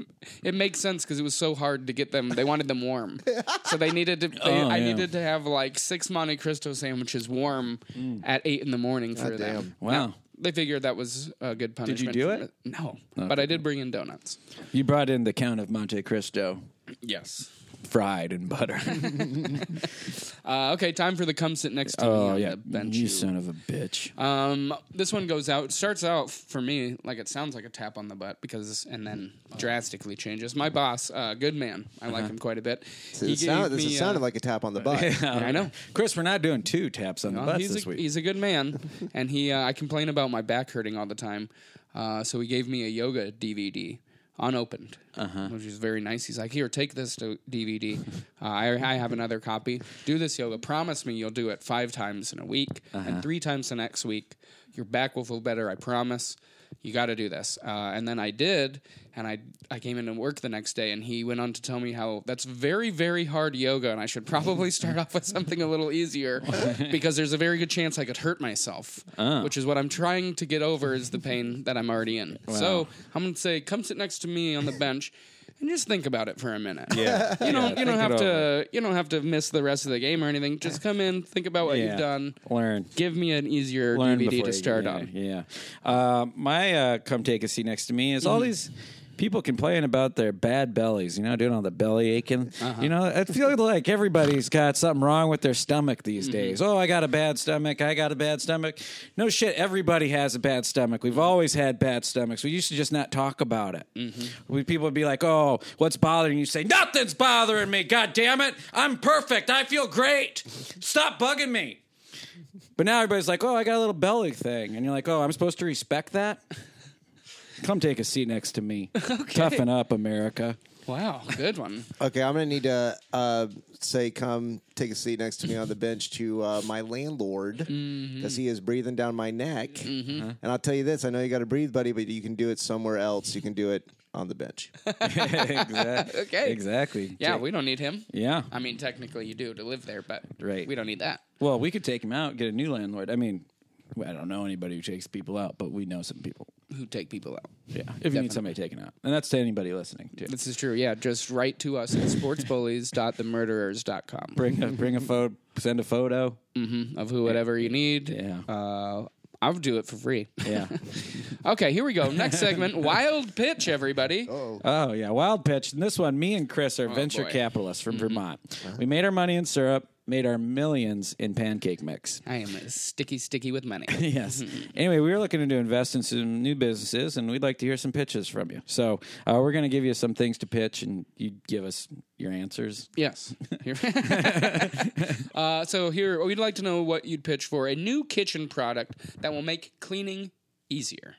[SPEAKER 3] it makes sense because it was so hard to get them they wanted them warm so they needed to they,
[SPEAKER 1] Oh,
[SPEAKER 3] i
[SPEAKER 1] yeah.
[SPEAKER 3] needed to have like six monte cristo sandwiches warm
[SPEAKER 1] Mm.
[SPEAKER 3] at eight in the morning for them
[SPEAKER 1] Wow.
[SPEAKER 3] they figured that was a good punishment
[SPEAKER 1] you do
[SPEAKER 3] for
[SPEAKER 1] it? Oh,
[SPEAKER 3] me. no but i did bring in donuts
[SPEAKER 1] You brought in the Count of Monte Cristo,
[SPEAKER 3] yes
[SPEAKER 1] fried in butter.
[SPEAKER 3] uh, okay time for the come sit next to me
[SPEAKER 1] oh
[SPEAKER 3] on
[SPEAKER 1] yeah,
[SPEAKER 3] the bench
[SPEAKER 1] you
[SPEAKER 3] you-
[SPEAKER 1] son of a bitch.
[SPEAKER 3] Um, this one goes out. Starts out for me like it sounds like a tap on the butt because, and then drastically changes. My boss, uh, good man, I like him quite a bit. He
[SPEAKER 4] Uh-huh. It sound-
[SPEAKER 3] gave
[SPEAKER 4] this
[SPEAKER 3] me,
[SPEAKER 4] is sounded
[SPEAKER 3] uh,
[SPEAKER 4] like a tap on the butt.
[SPEAKER 3] I know.
[SPEAKER 1] Chris, we're not doing two taps on the
[SPEAKER 3] Well,
[SPEAKER 1] butts
[SPEAKER 3] uh, he's
[SPEAKER 1] this
[SPEAKER 3] a,
[SPEAKER 1] week.
[SPEAKER 3] he's a good man, and he uh, I complain about my back hurting all the time, uh, so he gave me a yoga DVD unopened,
[SPEAKER 4] Uh-huh.
[SPEAKER 3] which is very nice. He's like, "Here, take this to DVD. Uh, I, I have another copy. Do this yoga. Promise me you'll do it five times in a week
[SPEAKER 4] Uh-huh.
[SPEAKER 3] and three times the next week. Your back will feel better. I promise." You got to do this, uh, and then I did, and I I came into work the next day, and he went on to tell me how that's very very hard yoga, and I should probably start off with something a little easier because there's a very good chance I could hurt myself,
[SPEAKER 1] Oh.
[SPEAKER 3] which is what I'm trying to get over is the pain that I'm already in. So I'm gonna say, come sit next to me on the bench. And just think about it for a minute. Yeah, you don't you don't
[SPEAKER 1] think
[SPEAKER 3] have
[SPEAKER 1] it
[SPEAKER 3] to you don't have to miss the rest of the game or anything. Just come in, think about what
[SPEAKER 1] Yeah.
[SPEAKER 3] you've done.
[SPEAKER 1] Learn.
[SPEAKER 3] Give me an easier
[SPEAKER 1] Learn
[SPEAKER 3] DVD
[SPEAKER 1] before
[SPEAKER 3] to
[SPEAKER 1] you-
[SPEAKER 3] start
[SPEAKER 1] yeah,
[SPEAKER 3] on.
[SPEAKER 1] Yeah. Uh, my uh, come take a seat next to me is
[SPEAKER 3] Mm-hmm.
[SPEAKER 1] all these people complaining about their bad bellies. You know, doing all the belly aching.
[SPEAKER 3] Uh-huh.
[SPEAKER 1] You know, I feel like everybody's got something wrong with their stomach these
[SPEAKER 3] Mm-hmm.
[SPEAKER 1] days. Oh, I got a bad stomach. I got a bad stomach. No shit. Everybody has a bad stomach. We've always had bad stomachs. We used to just not talk about it.
[SPEAKER 3] Mm-hmm.
[SPEAKER 1] We, people would be like, "Oh, what's bothering you?" Say, "Nothing's bothering me. God damn it! I'm perfect. I feel great. Stop bugging me." But now everybody's like, "Oh, I got a little belly thing," and you're like, "Oh, I'm supposed to respect that." Come take a seat next to me. Toughen up, America.
[SPEAKER 3] Wow, good one.
[SPEAKER 4] Okay, I'm gonna need to uh, say, come take a seat next to me on the bench to uh, my landlord because he is breathing down my neck. And I'll tell you this: I know you got to breathe, buddy, but you can do it somewhere else. You can do it on the bench.
[SPEAKER 1] exactly.
[SPEAKER 3] Okay.
[SPEAKER 1] Exactly.
[SPEAKER 3] Yeah, we don't need him.
[SPEAKER 1] Yeah.
[SPEAKER 3] I mean, technically, you do to live there, but
[SPEAKER 1] Right.
[SPEAKER 3] we don't need that.
[SPEAKER 1] Well, we could take him out, get a new landlord. I mean, I don't know anybody who takes people out, but we know some people.
[SPEAKER 3] Who take people out?
[SPEAKER 1] Yeah. If you need somebody taken out, and that's to anybody listening too.
[SPEAKER 3] This is true. Yeah, just write to us at sportsbullies.themurderers.com
[SPEAKER 1] Bring a bring a photo. Send a photo.
[SPEAKER 3] of who whatever you need.
[SPEAKER 1] Yeah.
[SPEAKER 3] Uh, I'll do it for free.
[SPEAKER 1] Yeah.
[SPEAKER 3] Okay, here we go. Next segment, wild pitch, everybody.
[SPEAKER 1] Oh yeah, wild pitch. And this one, me and Chris are venture
[SPEAKER 3] boy.
[SPEAKER 1] capitalists from Vermont. We made our money in syrup, made our millions in pancake mix.
[SPEAKER 3] I am sticky, sticky with money.
[SPEAKER 1] yes. Anyway, we were looking to invest in some new businesses, and we'd like to hear some pitches from you. So uh, we're going to give you some things to pitch, and you give us your answers.
[SPEAKER 3] Yes. Here- uh, so here, we'd like to know what you'd pitch for a new kitchen product that will make cleaning easier.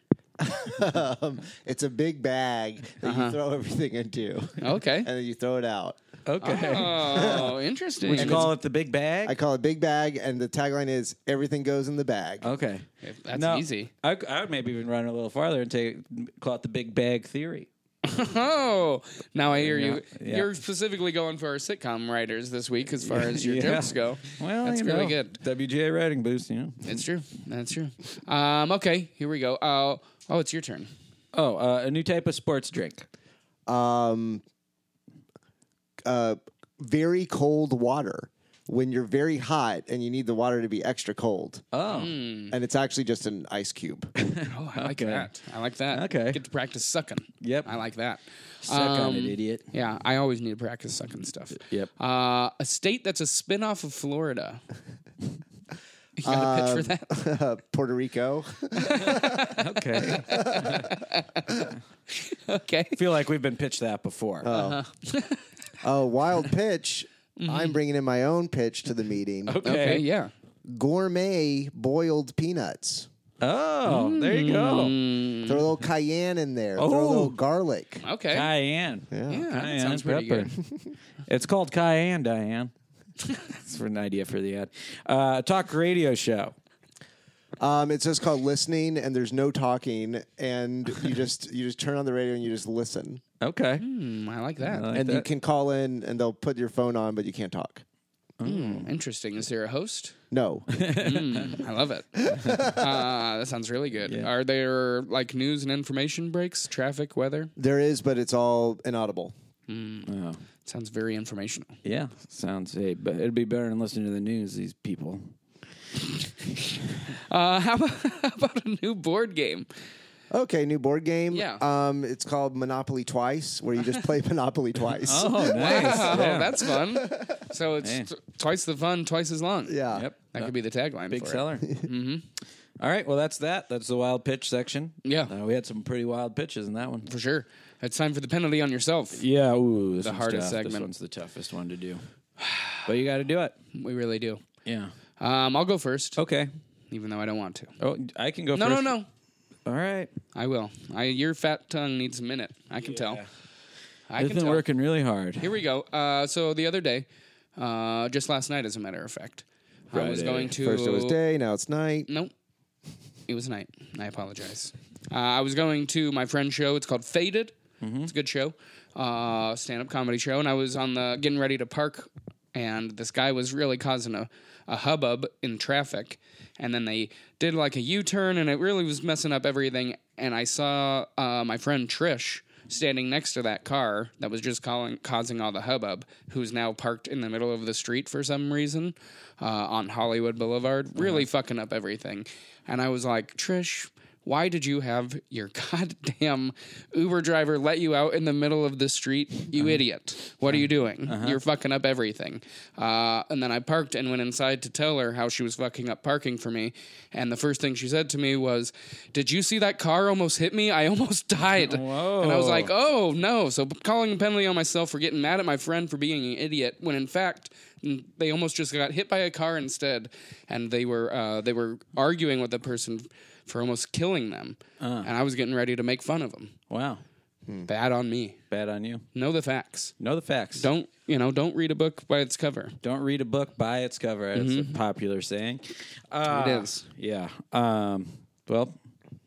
[SPEAKER 4] um, it's a big bag that you throw everything into,
[SPEAKER 3] Okay.
[SPEAKER 4] and then you throw it out.
[SPEAKER 1] Okay.
[SPEAKER 3] Oh, interesting.
[SPEAKER 1] Would you call it the big bag?
[SPEAKER 4] I call it big bag, and the tagline is "Everything goes in the bag."
[SPEAKER 1] okay.
[SPEAKER 3] That's
[SPEAKER 1] No,
[SPEAKER 3] easy.
[SPEAKER 1] I, I would maybe even run a little farther and take call it the big bag theory.
[SPEAKER 3] Oh, now I hear you.
[SPEAKER 1] Yeah.
[SPEAKER 3] You're specifically going for our sitcom writers this week as far as your
[SPEAKER 1] Yeah.
[SPEAKER 3] jokes go.
[SPEAKER 1] Well,
[SPEAKER 3] that's
[SPEAKER 1] you
[SPEAKER 3] really
[SPEAKER 1] know,
[SPEAKER 3] good.
[SPEAKER 1] WGA writing boost, you know.
[SPEAKER 3] That's true. That's true. Um, okay, here we go. Uh, oh, it's your turn.
[SPEAKER 1] Oh, uh, a new type of sports drink.
[SPEAKER 4] um, uh, very cold water when you're very hot and you need the water to be extra cold.
[SPEAKER 1] Oh,
[SPEAKER 4] And it's actually just an ice cube.
[SPEAKER 3] Oh, I like
[SPEAKER 1] Okay.
[SPEAKER 3] that. I like that.
[SPEAKER 1] Okay.
[SPEAKER 3] Get to practice sucking.
[SPEAKER 1] Yep.
[SPEAKER 3] I like that.
[SPEAKER 1] suck on
[SPEAKER 3] Um,
[SPEAKER 1] it, idiot.
[SPEAKER 3] Yeah, I always need to practice sucking stuff.
[SPEAKER 1] Yep.
[SPEAKER 3] Uh, a state that's a spinoff of Florida. You got a pitch for
[SPEAKER 1] Um,
[SPEAKER 3] that?
[SPEAKER 4] Uh, Puerto Rico.
[SPEAKER 1] Okay, I
[SPEAKER 3] Okay.
[SPEAKER 1] feel like we've been pitched that before.
[SPEAKER 3] Uh,
[SPEAKER 4] Oh, wild pitch.
[SPEAKER 1] Mm-hmm.
[SPEAKER 4] I'm bringing in my own pitch to the meeting.
[SPEAKER 3] Okay. yeah.
[SPEAKER 4] Gourmet boiled peanuts.
[SPEAKER 1] Oh, there you go.
[SPEAKER 3] Mm.
[SPEAKER 4] Throw a little cayenne in there. Throw a
[SPEAKER 1] Mm-hmm. Oh.
[SPEAKER 4] little garlic.
[SPEAKER 3] Okay.
[SPEAKER 1] Cayenne.
[SPEAKER 3] yeah, that
[SPEAKER 1] Cayenne
[SPEAKER 3] sounds pretty
[SPEAKER 1] pepper.
[SPEAKER 3] good.
[SPEAKER 1] it's called Cayenne, Diane. That's for an idea for the ad. Uh, talk radio show.
[SPEAKER 4] Um, it's just called listening, and there's no talking, and you just you just turn on the radio and you just listen,
[SPEAKER 1] Okay.
[SPEAKER 3] Mm, I like that.
[SPEAKER 1] I like
[SPEAKER 4] and you
[SPEAKER 1] that.
[SPEAKER 4] can call in, and they'll put your phone on, but you can't talk.
[SPEAKER 3] Mm, interesting. Is there a host?
[SPEAKER 4] No,
[SPEAKER 3] Mm, I love it. Uh, that sounds really good. Are there like news and information breaks, traffic, weather?
[SPEAKER 4] there is, but it's all inaudible.
[SPEAKER 3] Sounds very informational.
[SPEAKER 1] Yeah, sounds hey, but it'd be better than listening to the news. These people.
[SPEAKER 3] Uh, how, about, how about a new board game?
[SPEAKER 4] Okay, new board game.
[SPEAKER 3] Yeah.
[SPEAKER 4] Um, it's called Monopoly Twice, where you just play Monopoly twice.
[SPEAKER 1] Oh, nice.
[SPEAKER 3] Oh,
[SPEAKER 1] Yeah.
[SPEAKER 3] that's fun. So it's
[SPEAKER 1] Man.
[SPEAKER 3] t- twice the fun, twice as long.
[SPEAKER 4] Yeah.
[SPEAKER 1] Yep.
[SPEAKER 3] That could be the tagline.
[SPEAKER 1] Big
[SPEAKER 3] for it.
[SPEAKER 1] seller. mm-hmm. right. Well, that's that. That's the wild pitch section.
[SPEAKER 3] Yeah.
[SPEAKER 1] Uh, we had some pretty wild pitches in that one.
[SPEAKER 3] For sure. It's time for the penalty on yourself.
[SPEAKER 1] Yeah. Ooh, this
[SPEAKER 3] The
[SPEAKER 1] one's tough.
[SPEAKER 3] hardest
[SPEAKER 1] This
[SPEAKER 3] segment.
[SPEAKER 1] one's the toughest one to do. But you got to do it.
[SPEAKER 3] We really do.
[SPEAKER 1] Yeah.
[SPEAKER 3] Um, I'll go first,
[SPEAKER 1] Okay.
[SPEAKER 3] even though I don't want to.
[SPEAKER 1] Oh, I can Oh. go
[SPEAKER 3] No, no,
[SPEAKER 1] first.
[SPEAKER 3] no.
[SPEAKER 1] All right.
[SPEAKER 3] I will. I, your fat tongue needs a minute. I can tell. I
[SPEAKER 1] I've
[SPEAKER 3] can
[SPEAKER 1] been
[SPEAKER 3] tell.
[SPEAKER 1] working really hard.
[SPEAKER 3] Here we go. Uh, so the other day, uh, just last night, as a matter of fact, I was
[SPEAKER 1] Friday.
[SPEAKER 3] going to.
[SPEAKER 4] First it was day, now it's night.
[SPEAKER 3] Nope. It was night. I apologize. Uh, I was going to my friend's show. It's called Faded.
[SPEAKER 4] Mm-hmm.
[SPEAKER 3] It's a good show, uh, stand up comedy show. And I was on the getting ready to park, and this guy was really causing a, a hubbub in traffic. And then they did like a U turn, and it really was messing up everything. And I saw uh, my friend Trish standing next to that car that was just calling, causing all the hubbub, who's now parked in the middle of the street for some reason uh, on Hollywood Boulevard, really fucking up everything. And I was like, Trish, why did you have your goddamn Uber driver let you out in the middle of the street? You idiot. What are you doing? You're fucking up everything. Uh, and then I parked and went inside to tell her how she was fucking up parking for me. And the first thing she said to me was, Did you see that car almost hit me? I almost died. And I was like, Oh, no. So calling a penalty on myself for getting mad at my friend for being an idiot when in fact, n- they almost just got hit by a car instead, and they were uh, they were arguing with the person for almost killing them.
[SPEAKER 1] Uh.
[SPEAKER 3] And I was getting ready to make fun of them.
[SPEAKER 1] Wow. Hmm.
[SPEAKER 3] Bad on me.
[SPEAKER 1] Bad on you.
[SPEAKER 3] Know the facts.
[SPEAKER 1] Know the facts.
[SPEAKER 3] Don't you know? Don't read a book by its cover.
[SPEAKER 1] Don't read a book by its cover.
[SPEAKER 3] Mm-hmm.
[SPEAKER 1] It's a popular saying. Uh,
[SPEAKER 3] it is.
[SPEAKER 1] Yeah. Um, well,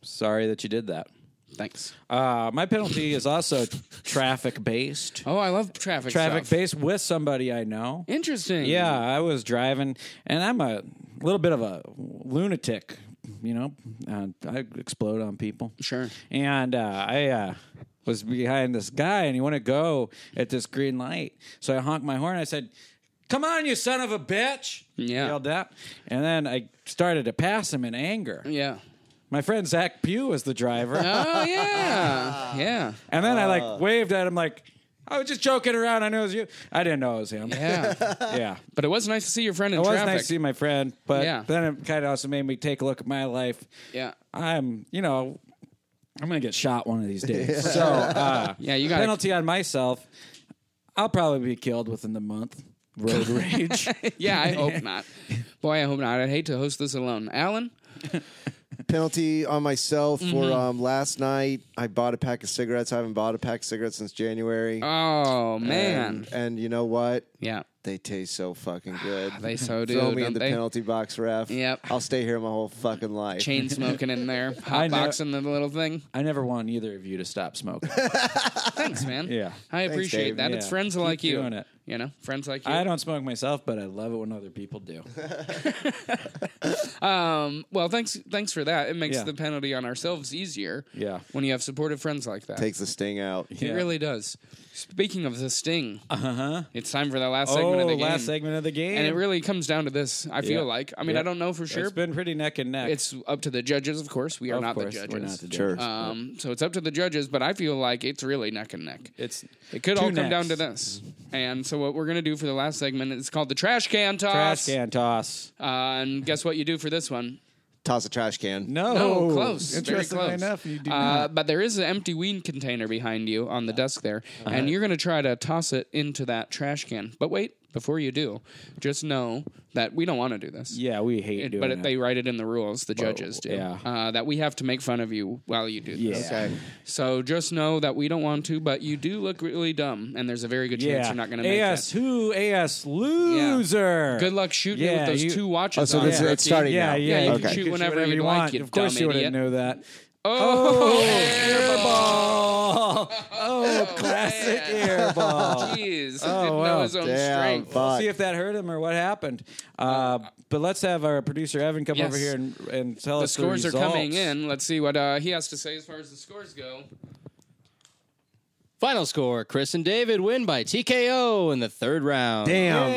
[SPEAKER 1] sorry that you did that.
[SPEAKER 3] Thanks.
[SPEAKER 1] Uh, my penalty is also traffic based.
[SPEAKER 3] Oh, I love traffic.
[SPEAKER 1] Traffic
[SPEAKER 3] stuff.
[SPEAKER 1] based with somebody I know.
[SPEAKER 3] Interesting.
[SPEAKER 1] Yeah, I was driving, and I'm a little bit of a lunatic. You know, uh, I explode on people.
[SPEAKER 3] Sure.
[SPEAKER 1] And uh, I uh, was behind this guy, and he wanted to go at this green light. So I honked my horn. I said, "Come on, you son of a bitch!"
[SPEAKER 3] Yeah.
[SPEAKER 1] yelled out. And then I started to pass him in anger.
[SPEAKER 3] Yeah.
[SPEAKER 1] My friend Zach Pugh was the driver.
[SPEAKER 3] Oh yeah. yeah.
[SPEAKER 1] And then I
[SPEAKER 3] Uh.
[SPEAKER 1] like waved at him like I was just joking around. I knew it was you. I didn't know it was him.
[SPEAKER 3] Yeah.
[SPEAKER 1] Yeah.
[SPEAKER 3] but it was nice to see your friend in
[SPEAKER 1] It was
[SPEAKER 3] traffic.
[SPEAKER 1] nice to see my friend, but
[SPEAKER 3] Yeah.
[SPEAKER 1] then it kind of also made me take a look at my life.
[SPEAKER 3] yeah.
[SPEAKER 1] I'm, you know, I'm gonna get shot one of these days. So uh,
[SPEAKER 3] Yeah, you gotta-
[SPEAKER 1] penalty on myself. I'll probably be killed within the month. Road rage.
[SPEAKER 3] Yeah, I hope not. Boy, I hope not. I'd hate to host this alone. Alan?
[SPEAKER 4] Penalty on myself for
[SPEAKER 3] Mm-hmm.
[SPEAKER 4] um, last night. I bought a pack of cigarettes. I haven't bought a pack of cigarettes since January.
[SPEAKER 1] Uh,
[SPEAKER 3] Oh man.
[SPEAKER 4] And, and you know what?
[SPEAKER 3] yeah.
[SPEAKER 4] They taste so fucking good.
[SPEAKER 3] They so do,
[SPEAKER 4] Throw me
[SPEAKER 3] don't
[SPEAKER 4] in the
[SPEAKER 3] they?
[SPEAKER 4] penalty box, ref.
[SPEAKER 3] Yep.
[SPEAKER 4] I'll stay here my whole fucking life.
[SPEAKER 3] Chain smoking in there,
[SPEAKER 1] I
[SPEAKER 3] hot
[SPEAKER 1] know-
[SPEAKER 3] boxing the little thing.
[SPEAKER 1] I never want either of you to stop smoking.
[SPEAKER 3] Thanks, man.
[SPEAKER 1] Yeah.
[SPEAKER 3] I appreciate
[SPEAKER 4] Dave.
[SPEAKER 3] that. It's
[SPEAKER 1] Yeah.
[SPEAKER 3] friends
[SPEAKER 1] Keep
[SPEAKER 3] like you.
[SPEAKER 1] doing it.
[SPEAKER 3] You know, friends like you.
[SPEAKER 1] I don't smoke myself, but I love it when other people do.
[SPEAKER 3] Well, thanks, thanks for that. It makes
[SPEAKER 1] Yeah.
[SPEAKER 3] the penalty on ourselves easier.
[SPEAKER 1] Yeah.
[SPEAKER 3] when you have supportive friends like that,
[SPEAKER 4] Takes the sting out.
[SPEAKER 3] it
[SPEAKER 1] Yeah. Uh-huh.
[SPEAKER 3] really does. Speaking of the sting, uh huh. It's time for the last segment
[SPEAKER 1] Oh,
[SPEAKER 3] of the game,
[SPEAKER 1] last segment of the game.
[SPEAKER 3] and it really comes down to this. I feel
[SPEAKER 1] Yeah.
[SPEAKER 3] like. I mean,
[SPEAKER 1] Yeah.
[SPEAKER 3] I don't know for sure.
[SPEAKER 1] It's been pretty neck and neck.
[SPEAKER 3] it's up to the judges, of course. We are
[SPEAKER 1] Of
[SPEAKER 3] not the
[SPEAKER 1] course,
[SPEAKER 3] judges.
[SPEAKER 1] We're not the judges.
[SPEAKER 4] Sure.
[SPEAKER 3] Um, so it's up to the judges, but I feel like it's really neck and neck.
[SPEAKER 1] It's
[SPEAKER 3] It could all come
[SPEAKER 1] two
[SPEAKER 3] down to
[SPEAKER 1] necks.
[SPEAKER 3] this. And so what we're gonna do for the last segment is called the trash can toss.
[SPEAKER 1] Trash can toss.
[SPEAKER 3] Uh, and guess what you do for this one?
[SPEAKER 4] Toss a trash can.
[SPEAKER 1] No,
[SPEAKER 3] No, close.
[SPEAKER 1] Oh, Interestingly
[SPEAKER 3] Very close.
[SPEAKER 1] enough, you do
[SPEAKER 3] uh, but there is an empty ween
[SPEAKER 1] Uh-huh.
[SPEAKER 3] container behind you on the desk there, and you're gonna try to toss it into that trash can. But wait, before you do, just know that we don't want to do this.
[SPEAKER 1] Yeah, we hate
[SPEAKER 3] It-
[SPEAKER 1] doing
[SPEAKER 3] but
[SPEAKER 1] it. Oh,
[SPEAKER 3] they write it in the rules, the judges do.
[SPEAKER 1] yeah.
[SPEAKER 3] Uh, that we have to make fun of you while you do this.
[SPEAKER 1] Yeah.
[SPEAKER 3] So just know that we don't want to, but you do look really dumb, and there's a very good chance
[SPEAKER 1] yeah.
[SPEAKER 3] you're not going to make
[SPEAKER 1] AS
[SPEAKER 3] it.
[SPEAKER 1] who? AS loser.
[SPEAKER 3] Good luck shooting it
[SPEAKER 1] Yeah,
[SPEAKER 3] with those
[SPEAKER 1] you-
[SPEAKER 3] two watches.
[SPEAKER 4] Oh, so
[SPEAKER 3] on,
[SPEAKER 4] this-
[SPEAKER 3] rookie.
[SPEAKER 4] it's starting
[SPEAKER 1] Yeah,
[SPEAKER 4] now.
[SPEAKER 1] yeah.
[SPEAKER 3] Yeah, you
[SPEAKER 4] can shoot
[SPEAKER 3] whenever
[SPEAKER 1] you
[SPEAKER 3] you'd like,
[SPEAKER 1] want.
[SPEAKER 3] you
[SPEAKER 1] of course,
[SPEAKER 3] dumb
[SPEAKER 1] you wouldn't
[SPEAKER 3] idiot.
[SPEAKER 1] know that.
[SPEAKER 3] Oh,
[SPEAKER 1] airball! Oh, classic airball!
[SPEAKER 3] Jeez,
[SPEAKER 1] Oh,
[SPEAKER 3] didn't know
[SPEAKER 1] wow.
[SPEAKER 3] his own
[SPEAKER 4] Damn,
[SPEAKER 3] strength.
[SPEAKER 4] fuck.
[SPEAKER 1] See if that hurt him or what happened. Uh, but let's have our producer Evan come
[SPEAKER 3] Yes.
[SPEAKER 1] over here and, and tell
[SPEAKER 3] The
[SPEAKER 1] us
[SPEAKER 3] scores
[SPEAKER 1] the
[SPEAKER 3] are
[SPEAKER 1] results.
[SPEAKER 3] coming in. Let's see what uh, he has to say as far as the scores go.
[SPEAKER 8] Final score Chris and David win by TKO in the third
[SPEAKER 1] Oh.
[SPEAKER 8] round.
[SPEAKER 4] Damn.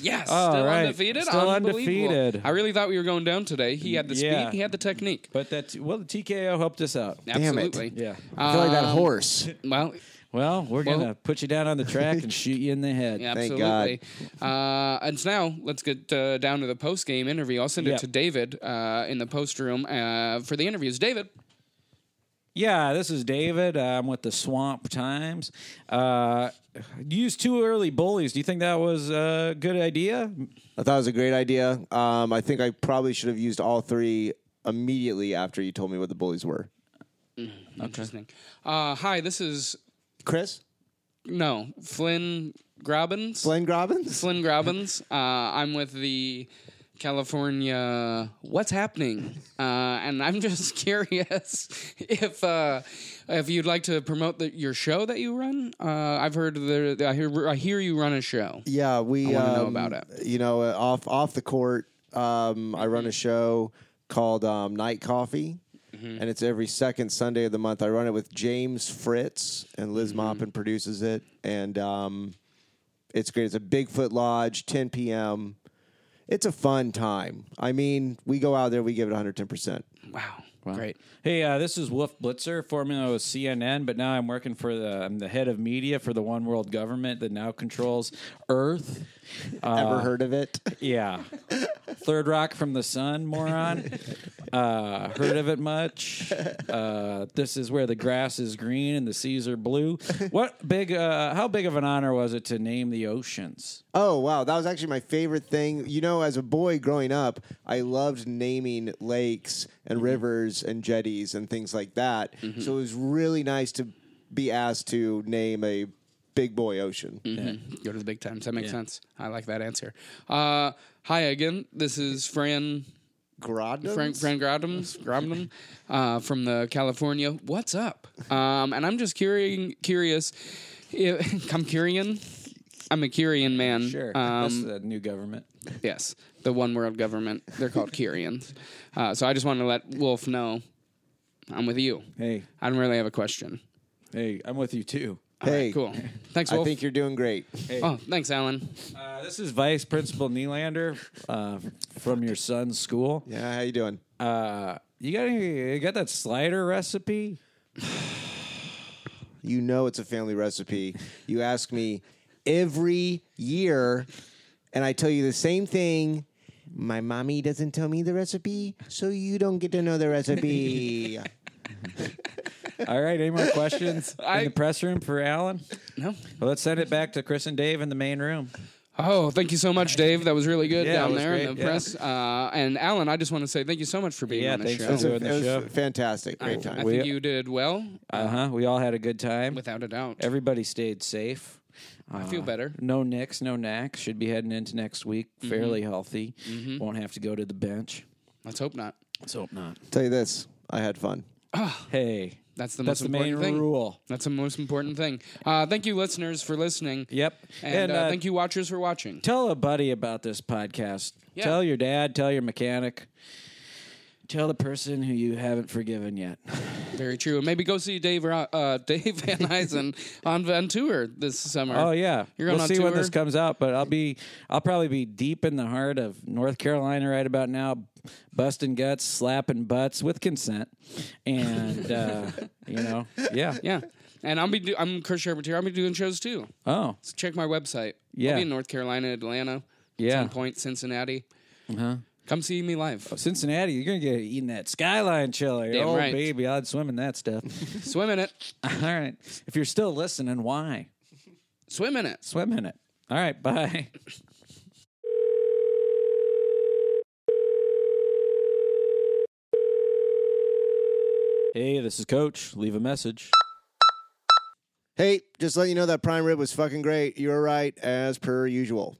[SPEAKER 3] Yes,
[SPEAKER 1] All
[SPEAKER 3] still
[SPEAKER 1] right.
[SPEAKER 3] undefeated.
[SPEAKER 1] Still
[SPEAKER 3] Unbelievable.
[SPEAKER 1] undefeated.
[SPEAKER 3] I really thought we were going down today. He had the
[SPEAKER 1] Yeah.
[SPEAKER 3] speed. He had the technique.
[SPEAKER 1] But that well, the TKO helped us out.
[SPEAKER 4] Damn it.
[SPEAKER 3] Absolutely.
[SPEAKER 1] Yeah.
[SPEAKER 4] I feel like
[SPEAKER 3] Um,
[SPEAKER 4] that horse.
[SPEAKER 3] Well,
[SPEAKER 1] Well, we're
[SPEAKER 3] Well-
[SPEAKER 1] gonna put you down on the track and shoot you in the head.
[SPEAKER 4] Thank
[SPEAKER 3] absolutely. Uh, and now let's get uh, down to the post game interview. I'll send
[SPEAKER 1] Yep.
[SPEAKER 3] it to David uh, in the post room uh, for the interviews. David.
[SPEAKER 1] Yeah, this is David. uh, I'm with the Swamp Times. Uh, use two early bullies. Do you think that was a good idea?
[SPEAKER 4] I thought it was a great idea. Um, I think I probably should have used all three immediately after you told me what the bullies were.
[SPEAKER 3] Interesting. Uh, hi, this is
[SPEAKER 4] Chris?
[SPEAKER 3] no Flynn Grobbins.
[SPEAKER 4] Glenn Grobbins?
[SPEAKER 3] Flynn Grobbins. Uh, I'm with the California What's Happening, uh, and I'm just curious if uh, if you'd like to promote the, your show that you run. Uh, I've heard the I hear I hear you run a show.
[SPEAKER 4] Yeah, we
[SPEAKER 3] wanna know
[SPEAKER 4] um,
[SPEAKER 3] about it. Mm-hmm.
[SPEAKER 4] You know, uh, off off the court, um, I run a show called um, Night Coffee,
[SPEAKER 3] Mm-hmm.
[SPEAKER 4] and it's every second Sunday of the month. I run it with James Fritz, and
[SPEAKER 3] Mm-hmm.
[SPEAKER 4] Liz Maupin produces it, and um, it's great. It's a Bigfoot Lodge, 10 p.m. It's a fun time. I mean, we go out there, we give it 110. percent
[SPEAKER 3] Wow, great.
[SPEAKER 1] Hey, uh, this is Wolf Blitzer, formerly with CNN, but now I'm working for the I'm the head of media for the One World Government that now controls Earth.
[SPEAKER 3] Uh,
[SPEAKER 4] Ever heard of it?
[SPEAKER 1] Yeah, Third Rock from the Sun, moron. Uh, heard of it much? Uh, this is where the grass is green and the seas are blue. What big? Uh, how big of an honor was it to name the oceans?
[SPEAKER 4] Oh wow, that was actually my favorite thing. You know, as a boy growing up, I loved naming lakes and rivers and jetties and things like that. So it was really nice to be asked to name a big boy ocean.
[SPEAKER 3] Go to the big times. That makes sense. I like that answer. Uh, hi again. This is Fran
[SPEAKER 4] Grodno?
[SPEAKER 3] Frank Fran Grabham, Grabham uh, from the California. What's up? Um, and I'm just curious. Curious. If, I'm curious. I'm a Curian man.
[SPEAKER 1] Sure, that's
[SPEAKER 3] Um,
[SPEAKER 1] the new government.
[SPEAKER 3] yes. The one world government. They're called Curians. Uh, so I just wanted to let Wolf know I'm with you.
[SPEAKER 1] Hey,
[SPEAKER 3] I don't really have a question.
[SPEAKER 1] hey, I'm with you too.
[SPEAKER 4] Hey,
[SPEAKER 3] Cool. Thanks,
[SPEAKER 4] I
[SPEAKER 3] Wolf.
[SPEAKER 4] think you're doing great.
[SPEAKER 3] oh, thanks, Alan.
[SPEAKER 1] Uh, this is Vice Principal Nylander uh, from your son's school.
[SPEAKER 4] Yeah, how you doing?
[SPEAKER 1] Uh, you got any, you got that slider recipe?
[SPEAKER 4] You know it's a family recipe. You ask me every year, and I tell you the same thing. My mommy doesn't tell me the recipe, so you don't get to know the recipe.
[SPEAKER 1] All right, any more questions
[SPEAKER 3] I-
[SPEAKER 1] in the press room for Alan?
[SPEAKER 3] No.
[SPEAKER 1] Well, let's send it back to Chris and Dave in the main room.
[SPEAKER 3] Oh, thank you so much, Dave. That was really good
[SPEAKER 1] Yeah,
[SPEAKER 3] down
[SPEAKER 1] it was
[SPEAKER 3] there in
[SPEAKER 1] great,
[SPEAKER 3] the
[SPEAKER 1] yeah.
[SPEAKER 3] press. Uh, and Alan, I just want to say thank you so much for being
[SPEAKER 1] Yeah,
[SPEAKER 3] on the
[SPEAKER 1] thanks
[SPEAKER 3] show.
[SPEAKER 1] for doing
[SPEAKER 4] It
[SPEAKER 1] the
[SPEAKER 4] was
[SPEAKER 1] show.
[SPEAKER 4] fantastic. Great
[SPEAKER 3] I
[SPEAKER 4] time.
[SPEAKER 1] We-
[SPEAKER 3] think you did well,
[SPEAKER 1] Uh huh. We all had a good time.
[SPEAKER 3] without a doubt.
[SPEAKER 1] Everybody stayed safe. Uh,
[SPEAKER 3] I feel better. Mm-hmm.
[SPEAKER 1] No nicks, no knacks. Should be heading into next week fairly healthy. Won't have to go to the bench.
[SPEAKER 3] Let's hope not.
[SPEAKER 1] Let's hope not.
[SPEAKER 4] Tell you this, I had fun.
[SPEAKER 1] Hey,
[SPEAKER 3] That's the
[SPEAKER 1] that's
[SPEAKER 3] most
[SPEAKER 1] the main
[SPEAKER 3] important thing.
[SPEAKER 1] rule.
[SPEAKER 3] That's the most important thing. Uh, thank you, listeners, for listening.
[SPEAKER 1] Yep.
[SPEAKER 3] And,
[SPEAKER 1] And,
[SPEAKER 3] uh,
[SPEAKER 1] uh,
[SPEAKER 3] thank you, watchers, for watching.
[SPEAKER 1] Tell a buddy about this podcast.
[SPEAKER 3] Yeah.
[SPEAKER 1] Tell your dad. Tell your mechanic. Tell the person who you haven't forgiven yet.
[SPEAKER 3] Very true. And maybe go see Dave Ro- uh, Dave Van Huysen on Van Tour this summer.
[SPEAKER 1] Oh yeah,
[SPEAKER 3] You're going
[SPEAKER 1] we'll
[SPEAKER 3] on
[SPEAKER 1] see
[SPEAKER 3] tour.
[SPEAKER 1] when this comes out, but I'll be I'll probably be deep in the heart of North Carolina right about now, busting guts, slapping butts with consent, and uh, you know, yeah,
[SPEAKER 3] Yeah. And I'll be do- I'm Chris Sherbetier. I'll be doing shows too.
[SPEAKER 1] oh
[SPEAKER 3] So check my website.
[SPEAKER 1] Yeah.
[SPEAKER 3] I'll be in North Carolina, Atlanta, at
[SPEAKER 1] Yeah. Uh-huh. Oh.
[SPEAKER 3] some point, Cincinnati. Come see me live.
[SPEAKER 1] Cincinnati, you're gonna get eating that skyline chili.
[SPEAKER 3] Damn
[SPEAKER 1] oh
[SPEAKER 3] right.
[SPEAKER 1] baby, I'd swim in that stuff.
[SPEAKER 3] Swim in it.
[SPEAKER 1] All right, if you're still listening, why
[SPEAKER 3] Swim in it.
[SPEAKER 1] swim in it? All right, bye. Hey, this is Coach. Leave a message.
[SPEAKER 4] Hey, just let you know that prime rib was fucking great. You were right, as per usual.